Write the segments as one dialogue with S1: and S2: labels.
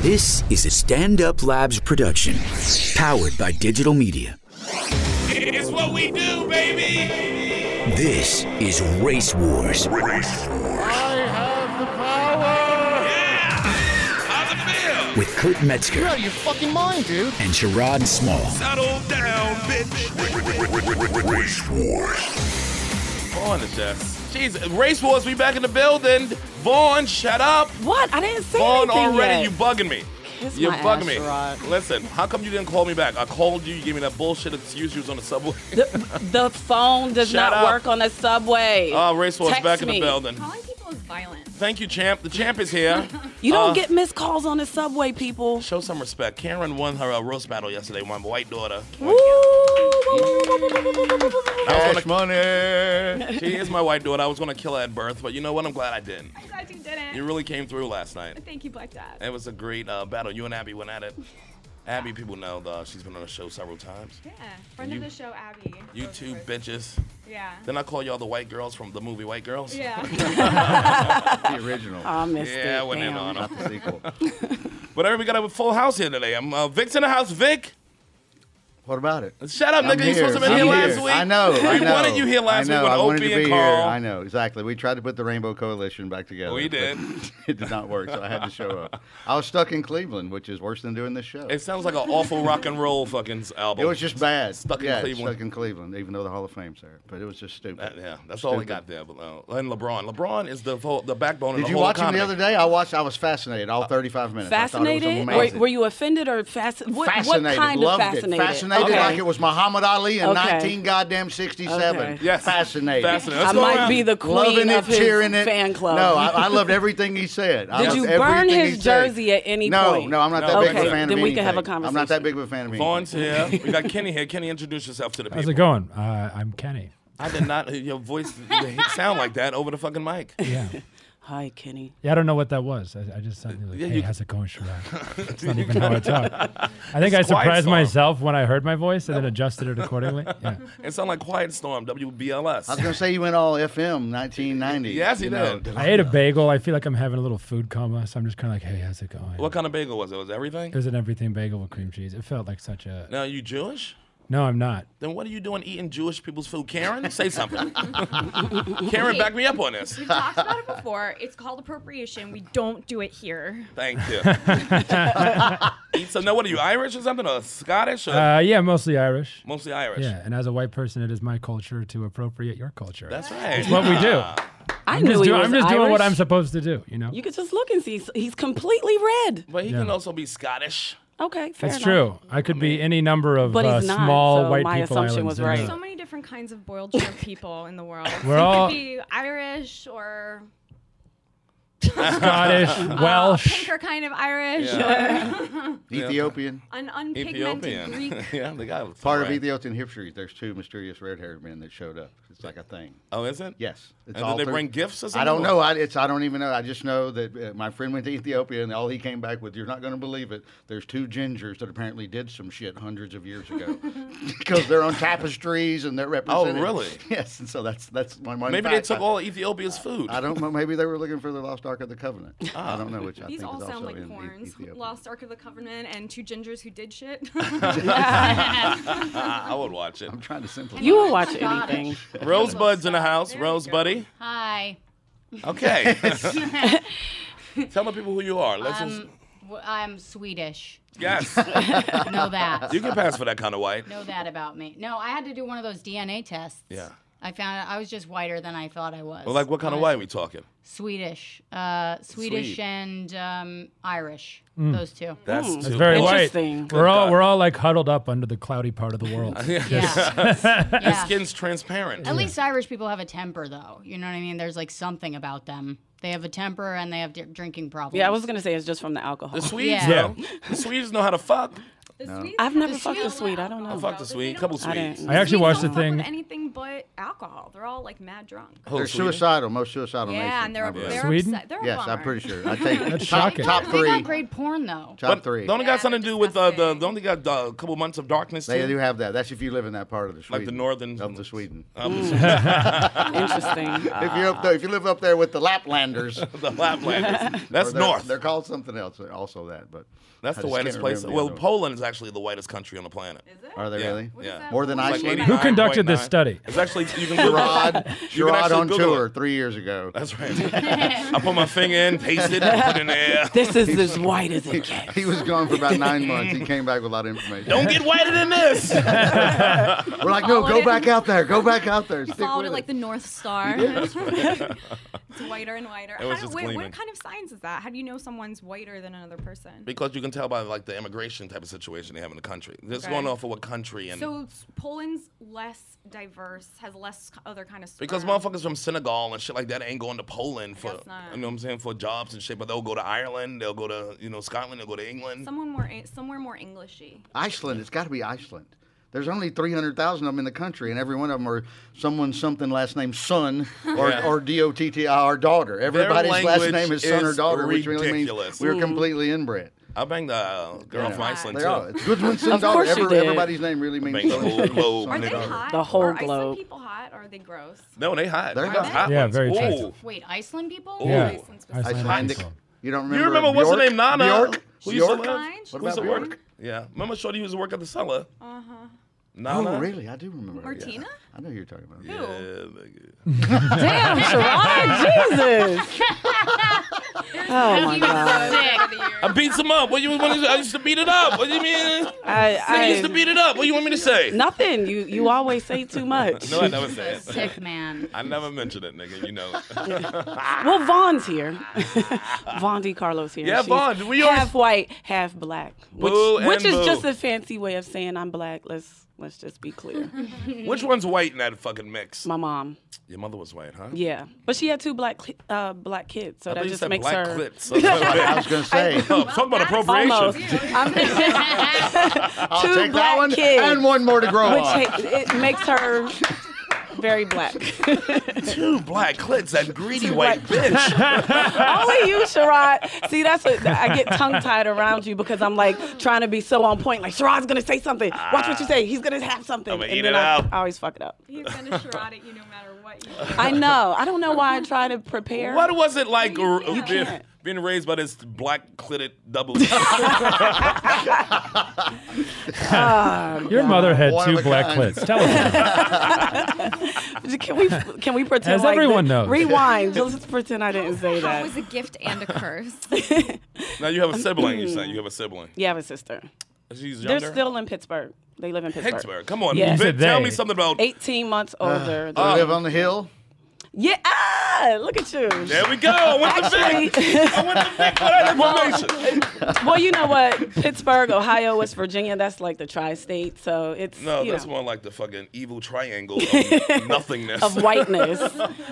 S1: This is a Stand Up Labs production, powered by digital media.
S2: It's what we do, baby.
S1: This is Race Wars
S2: How's it feel?
S1: with Kurt Metzger
S3: out of your fucking mind, dude.
S1: and Sherrod Small.
S2: Settle down, bitch.
S4: Vaughn is there. Jeez, race wars, we back in the building. Vaughn, shut up.
S5: What? I didn't say
S4: Vaughn
S5: anything
S4: already,
S5: yet.
S4: you bugging me.
S5: Kiss
S4: You're
S5: my
S4: bugging
S5: ass,
S4: me.
S5: Rod.
S4: Listen, how come you didn't call me back? I called you, you gave me that bullshit excuse you was on the subway.
S5: The, the phone does
S4: Shut up.
S5: not work on the subway.
S4: Oh, race wars
S5: Text
S4: back in the
S5: me.
S4: building.
S6: Calling people is violent.
S4: Thank you, champ. The champ is here.
S5: You don't
S4: uh,
S5: get missed calls on the subway, people.
S4: Show some respect. Karen won her uh, roast battle yesterday, won my white daughter.
S5: Woo!
S4: I was
S3: Cash
S4: gonna,
S3: money.
S4: she is my white daughter. I was gonna kill her at birth, but you know what? I'm glad I didn't.
S6: I'm glad you didn't.
S4: You really came through last night.
S6: Thank you, Black Dad.
S4: It was a great uh, battle. You and Abby went at it. Abby, people know though, she's been on the show several times.
S6: Yeah, friend
S4: You-
S6: of the show, Abby.
S4: You
S6: goes
S4: two
S6: first.
S4: bitches.
S6: Yeah.
S4: Then I call y'all the white girls from the movie White Girls.
S6: Yeah.
S3: the original.
S5: I missed
S4: Yeah, I
S5: it.
S4: went in
S5: Damn.
S4: on them.
S3: the sequel.
S4: Whatever, we got a full house here today. I'm uh, Vic's in the house. Vic,
S3: What about it?
S4: shut up,
S3: I'm
S4: nigga. You supposed to have been
S3: I'm
S4: here,
S3: here.
S4: last week.
S3: I know. I
S4: We
S3: know.
S4: wanted you here last
S3: I know.
S4: week
S3: I
S4: with
S3: wanted
S4: Opie
S3: to
S4: and
S3: be
S4: Carl.
S3: Here. I know exactly. We tried to put the Rainbow Coalition back together.
S4: We
S3: but
S4: did.
S3: it did not work, so I had to show up. I was stuck in Cleveland, which is worse than doing this show.
S4: It sounds like an awful rock and roll fucking album.
S3: it was just bad.
S4: Stuck in
S3: yeah,
S4: Cleveland.
S3: Stuck in Cleveland, even though the Hall of Fame's there, but it was just stupid.
S4: That- yeah, that's all we
S3: Stupid.
S4: got there. But, uh, and LeBron. LeBron is the vo- the backbone of
S3: Did
S4: the
S3: you
S4: whole
S3: watch
S4: comedy.
S3: him the other day? I watched. I was fascinated. All 35 minutes. I thought it was
S5: Fascinated?
S3: amazing.
S5: Were, were you offended or fasc- what, What
S3: fascinated.
S5: kind
S3: loved
S5: of fascinated?
S3: it. Fascinated
S5: Okay.
S3: like it was Muhammad Ali in
S5: Okay.
S3: 19 goddamn 67.
S5: Okay.
S4: Yes.
S3: Fascinated.
S4: Fascinated.
S5: I
S4: Let's go
S5: might
S4: around.
S5: be the queen
S3: Loving it,
S5: of his
S3: cheering it.
S5: fan club.
S3: No, I, I loved everything he said. I
S5: Did
S3: loved
S5: you burn
S3: everything
S5: his
S3: he said.
S5: jersey at any
S3: no,
S5: point?
S3: No, I'm not that
S4: No,
S3: big of
S4: Okay,
S3: a fan of
S5: then we can have a
S3: anything. I'm not that
S5: conversation.
S3: big of a fan of anything.
S4: Vaughn's here. We got Kenny here. Kenny, introduce yourself to the people.
S7: How's it going? Uh, I'm Kenny.
S4: I did not hear your voice sound like that over the fucking mic.
S7: Yeah.
S5: Hi, Kenny.
S7: Yeah, I don't know what that was. I, I just sounded like,
S4: Yeah,
S7: hey,
S4: you-
S7: how's it going, Sherrod? That's not even how I talk. I think I
S4: It's a quiet
S7: surprised
S4: song.
S7: myself when I heard my voice and then adjusted it accordingly. Yeah.
S4: It sounded like Quiet Storm,
S3: I was
S4: WBLS.
S3: going to say you went all FM 1990.
S4: Yes, he
S3: You know,
S4: did.
S7: I ate a bagel. I feel like I'm having a little food coma, so I'm just kind of like, hey, how's it going?
S4: What kind of bagel was it? Was it
S7: It
S4: everything?
S7: was an everything bagel with cream cheese. It felt like such a.
S4: Now, you Jewish?
S7: No, I'm not.
S4: Then what are you doing eating Jewish people's food? Karen, say something. Karen, back me up on this.
S6: We've talked about it before. It's called appropriation. We don't do it here.
S4: Thank you. Eat some. Now, what are you, Irish or something? Or Scottish? Or
S7: Uh, yeah, mostly Irish.
S4: mostly Irish.
S7: Yeah, and as a white person, it is my culture to appropriate your culture.
S4: That's right.
S7: what we do.
S5: I
S7: I'm
S5: knew
S7: just,
S5: he
S7: doing-
S5: was
S7: I'm just doing what
S5: Irish.
S7: I'm supposed to do, you know?
S5: You could just look and see. He's completely red.
S4: But he
S7: Yeah.
S4: can also be Scottish.
S5: Okay, fair
S7: That's
S5: enough.
S7: true. I could be any number of
S5: But
S7: uh,
S5: he's not,
S7: small
S5: so
S7: white
S5: my
S7: people
S5: assumption
S7: islands
S5: was
S7: in
S5: right.
S7: the-
S6: So many different kinds of boiled shrimp people in the world.
S7: We're
S6: Some
S7: all-
S6: could be Irish or
S7: Scottish,
S6: a
S7: Welsh.
S6: pinker kind of Irish or
S3: Ethiopian.
S6: an unpigmented
S4: Ethiopian.
S6: Greek.
S4: yeah, the guy was
S3: Part
S4: right.
S3: of Ethiopian history, there's two mysterious red-haired men that showed up. It's like a thing.
S4: Oh, is it?
S3: Yes. It's
S4: And did they
S3: through-
S4: bring gifts or something?
S3: I don't know. I, it's, I don't even know. I just know that uh, my friend went to Ethiopia and all he came back with, you're not going to believe it, there's two gingers that apparently did some shit hundreds of years ago because they're on tapestries and they're represented.
S4: Oh, really?
S3: Yes. And so that's that's my money.
S4: Maybe they took all Ethiopia's food.
S3: I don't know. Maybe they were looking for the lost ark of the covenant.
S4: Ah.
S3: I don't know which. I
S6: These
S3: think
S6: all
S3: is
S6: sound
S3: also
S6: like
S3: in E-
S6: corns.
S3: Ethiopia.
S6: Lost Ark of the Covenant and two gingers who did shit.
S4: I I would watch it.
S3: I'm trying to simplify.
S5: You will watch anything.
S4: Rosebud's in the house.
S6: There we go.
S4: Rose Buddy.
S8: Hi.
S4: Okay. Tell the people who you are. Let's
S8: Um, w- I'm Swedish.
S4: just yes.
S8: Know that.
S4: You can pass for that kind of white.
S8: know that about me. No, I had to do one of those DNA tests.
S4: Yeah.
S8: I found out I was just whiter than I thought I was.
S4: Well, like what kind of white are we talking?
S8: Swedish, uh, Swedish
S4: Swede.
S8: and um, Irish. Those two.
S4: That's too
S7: It's very
S4: much.
S7: white.
S5: Interesting.
S7: We're all
S4: God.
S7: we're all like huddled up under the cloudy part of the world.
S8: Yeah. yeah.
S4: Skin's transparent.
S8: At least Irish people have a temper, though. You know what I mean? There's like something about them. They have a temper and they have di- drinking problems.
S5: Yeah, I was gonna say it's just from the alcohol.
S4: The Swedes know.
S8: Yeah.
S4: The Swedes know how to fuck.
S6: The The sweet.
S5: I've never
S6: the
S5: fucked a
S6: don't
S5: sweet.
S6: allow
S5: I don't know.
S6: alcohol,
S5: I
S4: fucked a
S6: though. Oh, They
S4: sweet,
S6: don't-
S4: couple
S5: I
S4: sweets.
S5: didn't.
S7: I actually
S6: Sweets
S7: watched the
S6: don't fuck with
S7: thing.
S6: Anything but alcohol. They're all like mad drunk.
S4: Whole
S3: They're
S4: sweet.
S3: suicidal, most suicidal
S6: Yeah,
S3: nation.
S6: and they're,
S3: I believe.
S6: they're
S7: Sweden?
S6: upset. They're a
S3: Yes, I'm
S6: bummer.
S3: pretty sure. I take
S7: That's
S3: top,
S7: shocking.
S3: top
S8: They
S3: three.
S8: got great porn though.
S3: Top
S4: But
S3: three.
S4: They only
S6: Yeah,
S4: got something to
S6: they're
S4: do with uh, the.
S6: disgusting.
S4: They only got uh, a couple months of darkness.
S3: They
S4: too.
S3: do have that. That's if you live in that part of the Sweden.
S4: Like the northern Ah,
S3: of the Sweden.
S5: Interesting. Uh,
S3: if you up there, if you live up there with the Laplanders,
S4: the Laplanders.
S3: or
S4: That's
S3: they're,
S4: north.
S3: They're called something else. Also that, but
S4: That's
S3: I
S4: the
S3: just
S4: whitest
S3: can't
S4: place.
S3: remember the
S4: Well,
S3: other one.
S4: Poland is actually the whitest country on the planet.
S6: Is it?
S3: Are they
S4: Yeah,
S3: really?
S4: What is
S6: that?
S3: More than
S6: It's
S4: It's like
S3: Iceland.
S7: Who conducted
S4: 89.9.
S7: this study?
S4: It's actually you can Google it.
S3: Rod,
S4: You can
S3: Gerard
S4: actually
S3: on
S4: Google
S3: tour
S4: it.
S3: three years ago.
S4: That's right. I put my finger in, paste it, and put it in there.
S5: this is as white as it gets.
S3: He was gone for about nine months. He came back with a lot of information.
S4: Don't get whiter than this.
S3: We're like, no,
S6: Followed
S3: go
S6: it.
S3: back out there. Go back out there. Stick
S6: Followed
S3: with
S6: it like the North Star. it's whiter and whiter.
S4: It was
S6: How-
S4: just
S6: wait,
S4: gleaming.
S6: what kind of science is that? How do you know someone's whiter than another person?
S4: because you can tell by like the immigration type of situation they have in the country. Just
S6: Right.
S4: going off of what country and
S6: So s- Poland's less diverse, has less c- other kind of stuff.
S4: because motherfuckers from Senegal and shit like that ain't going to Poland for
S6: uh, guess not.
S4: you know what I'm saying for jobs and shit, but they'll go to Ireland, they'll go to you know Scotland, they'll go to England.
S6: Someone more, en- somewhere more Englishy.
S3: Iceland. It's got to be Iceland. There's only 300,000 of them in the country, and every one of them are someone something last name son or,
S4: Yeah.
S3: or D-O-T-T-I-R daughter. Everybody's last
S4: language
S3: name is son or
S4: is
S3: daughter, which really
S4: ridiculous. Mm.
S3: means we're completely inbred.
S4: I banged the uh, girl from
S6: Yeah.
S4: Iceland
S3: They
S4: too.
S3: are. It's Gudmundsson
S5: Of
S3: daughter.
S5: course you
S3: Every-
S5: did.
S3: everybody's name really
S4: Bang
S3: means
S4: the
S3: son.
S4: whole globe.
S6: Are they
S4: nigga.
S6: hot?
S5: The whole
S6: Are Iceland
S5: globe.
S6: people hot, or are they gross?
S4: No, they hot.
S3: They're
S4: They're
S3: hot.
S4: hot.
S7: Yeah,
S4: ones.
S7: very
S4: Ooh.
S7: attractive.
S8: Wait, Iceland people?
S4: Ooh.
S7: Yeah.
S6: Iceland specific.
S7: Icelandic
S3: Icelandic.
S7: people.
S3: You don't remember?
S4: You remember what's her
S3: Bjork?
S4: name? Nana.
S3: Bjork?
S4: Who used to
S3: Bjork?
S4: live?
S6: What
S4: Who used
S3: about
S4: to
S3: Bjork?
S4: work? Yeah. Remember Shorty used to work at the cellar? Uh-huh. Nana.
S3: Oh, really? I do remember. her, yeah.
S6: Martina?
S3: I know who you're talking about.
S4: Yeah, nigga.
S5: Damn, Sherrod, Jesus. Oh my God.
S4: I beat him up. What you what is, I used to beat it up. What do you mean?
S5: I,
S4: I used to
S5: I,
S4: beat it up. What do you want me to say?
S5: nothing. You you always say too much.
S4: No, I never said. it.
S8: Sick man.
S4: I never mentioned it, nigga. You know.
S5: Well, Vaughn's here. Vaughn D. Carlos here.
S4: Yeah,
S5: She's
S4: Vaughn, we always-
S5: half white, half black, which,
S4: Boo and
S5: which is
S4: boo.
S5: just a fancy way of saying I'm black. Let's let's just be clear.
S4: Which one's white in that fucking mix?
S5: My mom,
S4: Your mother was white, huh?
S5: yeah, but she had two black cli- uh, black kids, so
S4: I
S5: that
S4: thought you
S5: just
S4: said
S5: makes
S4: black
S5: her
S4: clips. I was
S3: I
S4: like,
S3: was going to say.
S4: oh, Talk about appropriation.
S5: almost. I'm-
S3: I'll
S5: Two
S3: take
S5: black
S3: that one
S5: kids.
S3: and one more to grow
S5: which
S3: on.
S5: ha- it makes her very black.
S4: Two black clits, that greedy white bitch.
S5: Only you, Sherrod. See, that's what I get tongue tied around you because I'm like trying to be so on point. Like Sherrod's gonna say something. Watch what you say. He's gonna have something,
S4: I'ma eat
S5: and then
S4: it
S5: I,
S4: up.
S5: I always fuck it up.
S6: He's gonna charade at you no matter what you. do.
S5: I know. I don't know why I try to prepare.
S4: What was it like r- being,
S5: can't.
S4: being raised by this black clitted double?
S7: Your mother had
S3: One of
S7: two
S3: a
S7: black
S3: kind.
S7: clits. Tell us.
S5: Can we can we pretend?
S7: As
S5: like
S7: everyone
S5: the-
S7: knows.
S5: Rewind. Let's pretend I didn't say that.
S6: That was a gift and a curse.
S4: now you have a sibling. You said you have a sibling.
S5: Yeah, I have a sister.
S4: She's
S5: They're
S4: younger.
S5: still in Pittsburgh. They live in Pittsburgh.
S4: Pittsburgh. Come on,
S5: Yeah. You
S7: said
S4: tell
S7: they.
S4: me something about.
S5: Eighteen months older. than-
S3: I
S4: Ah.
S3: live on the hill.
S5: yeah. Ah, look at you.
S4: There we go. I went to Vic. I went to Vic for that information.
S5: well, you know what? Pittsburgh, Ohio, West Virginia. That's like the tri-state. So it's
S4: No,
S5: you
S4: that's
S5: know,
S4: more like the fucking evil triangle of nothingness.
S5: of whiteness.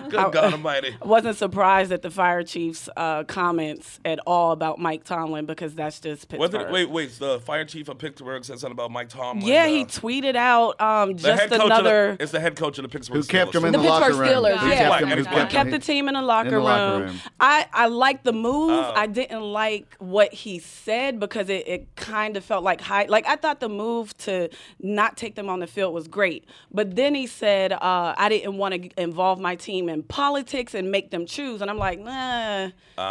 S4: Good God Almighty.
S5: Wasn't surprised at the fire chief's uh, comments at all about Mike Tomlin because that's just Pittsburgh.
S4: Wasn't it, wait, wait. The fire chief of Pittsburgh said something about Mike Tomlin.
S5: Yeah,
S4: uh,
S5: he tweeted out um,
S4: the head
S5: just
S4: coach of the-
S5: another.
S4: it's the head coach of the Pittsburgh.
S3: Who kept
S4: Steelers.
S3: him in
S5: The
S3: the, locker
S5: Pittsburgh
S3: room?
S5: Steelers,
S3: Who
S5: yeah.
S3: kept
S4: Black
S3: him- who
S4: and black.
S5: kept the team in the locker,
S3: the locker
S5: room.
S3: room.
S5: I, I liked the move.
S4: Oh.
S5: I didn't like what he said because it, it kind of felt like high. Like I thought the move to not take them on the field was great, but then he said uh, I didn't want to involve my team in politics and make them choose. And I'm like, nah,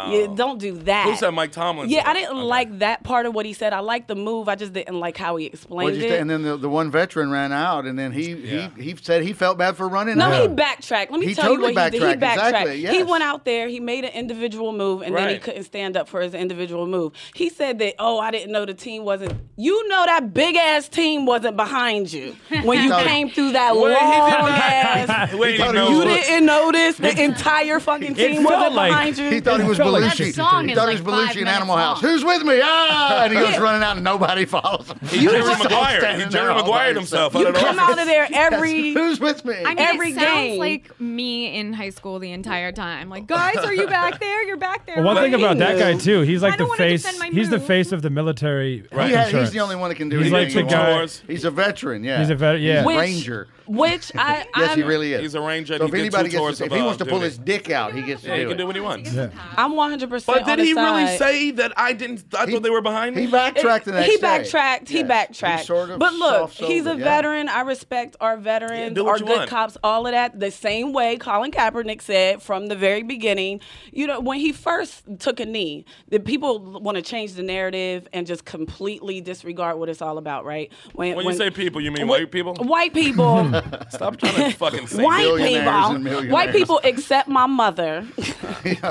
S5: you don't do that.
S4: Oh. Who said Mike Tomlin?
S5: Yeah,
S4: said
S5: I
S4: that?
S5: didn't
S4: Okay.
S5: like that part of what he said. I liked the move. I just didn't like how he explained
S3: What'd you
S5: it.
S3: say? And then the, the one veteran ran out, and then he,
S4: Yeah.
S3: he he said he felt bad for running
S5: No,
S3: out.
S5: he backtracked. Let me
S3: He
S5: tell
S3: totally
S5: you what he did. He
S3: backtracked.
S5: backtracked.
S3: Exactly,
S5: He
S3: yes.
S5: went out there. He made an individual move, and then he
S4: Right.
S5: couldn't stand up for his individual move. He said that, "Oh, I didn't know the team wasn't. You know that big ass team wasn't behind you when you
S3: No.
S5: came through that
S4: Wait, he did
S5: long
S4: not.
S5: ass.
S4: Wait,
S3: thought he
S4: no.
S3: was
S5: You
S3: Look.
S5: didn't notice the entire fucking team
S7: felt
S5: wasn't
S7: like-
S5: behind you.
S3: he thought he was
S7: Felt like
S3: Belushi.
S7: that
S3: He
S7: song
S3: thought
S8: is
S3: he
S8: like
S3: was
S8: five
S3: Belushi in
S8: minutes
S3: Animal House.
S8: long.
S3: Who's with me? Ah! And he goes
S5: Yeah.
S3: running out, and nobody follows him.
S4: He Jerry
S3: just-
S4: Maguire. He
S3: standing there
S4: Jerry
S3: all by
S4: Maguire himself.
S3: himself.
S4: out of the
S5: Come
S4: office.
S5: out of there every.
S3: Who's with me?
S6: I mean,
S5: Every
S6: it sounds
S5: game.
S6: like me in high school the entire time. Like, guys, are you back there? You're back there.
S7: Well, one
S6: right?"
S7: thing about that guy too, he's
S6: I
S7: like
S6: don't
S7: the
S6: wanna
S7: face.
S6: defend my
S7: He's the
S6: move.
S7: face of the military.
S4: Right.
S7: health
S4: Yeah,
S3: Yeah,
S7: insurance.
S3: he's the only one that can do
S7: He's
S3: anything.
S7: like the
S3: he
S7: guy-
S3: wants. He's a veteran. Yeah,
S7: He's a vet- yeah.
S3: He's a
S7: Which-
S3: ranger.
S5: Which I
S3: Yes,
S5: I'm,
S3: he really is.
S4: He's a ranger.
S3: So
S4: and
S3: if
S4: he did
S3: anybody
S4: two
S3: gets,
S4: tours
S3: if
S4: of,
S3: he
S4: uh,
S3: wants to pull
S4: duty.
S3: his dick out, he gets to
S4: yeah, he
S3: do
S4: can
S3: it.
S4: do what he wants.
S5: I'm 100 percent.
S4: But did he really say that I didn't? I thought they were behind me.
S3: He backtracked the next
S5: he
S3: day.
S5: backtracked. He
S3: Yes.
S5: backtracked.
S3: He's sort of
S5: but look,
S3: soft
S5: he's a
S3: sober, yeah.
S5: veteran. I respect our veterans,
S4: do what
S5: our
S4: you
S5: good
S4: want.
S5: cops, all of that. The same way Colin Kaepernick said from the very beginning. You know, when he first took a knee, the people want to change the narrative and just completely disregard what it's all about, right?
S4: When you say people, you mean white people?
S5: White people.
S4: Stop trying to fucking say
S5: white
S3: billionaires and
S5: people,
S3: millionaires.
S5: white people except my mother.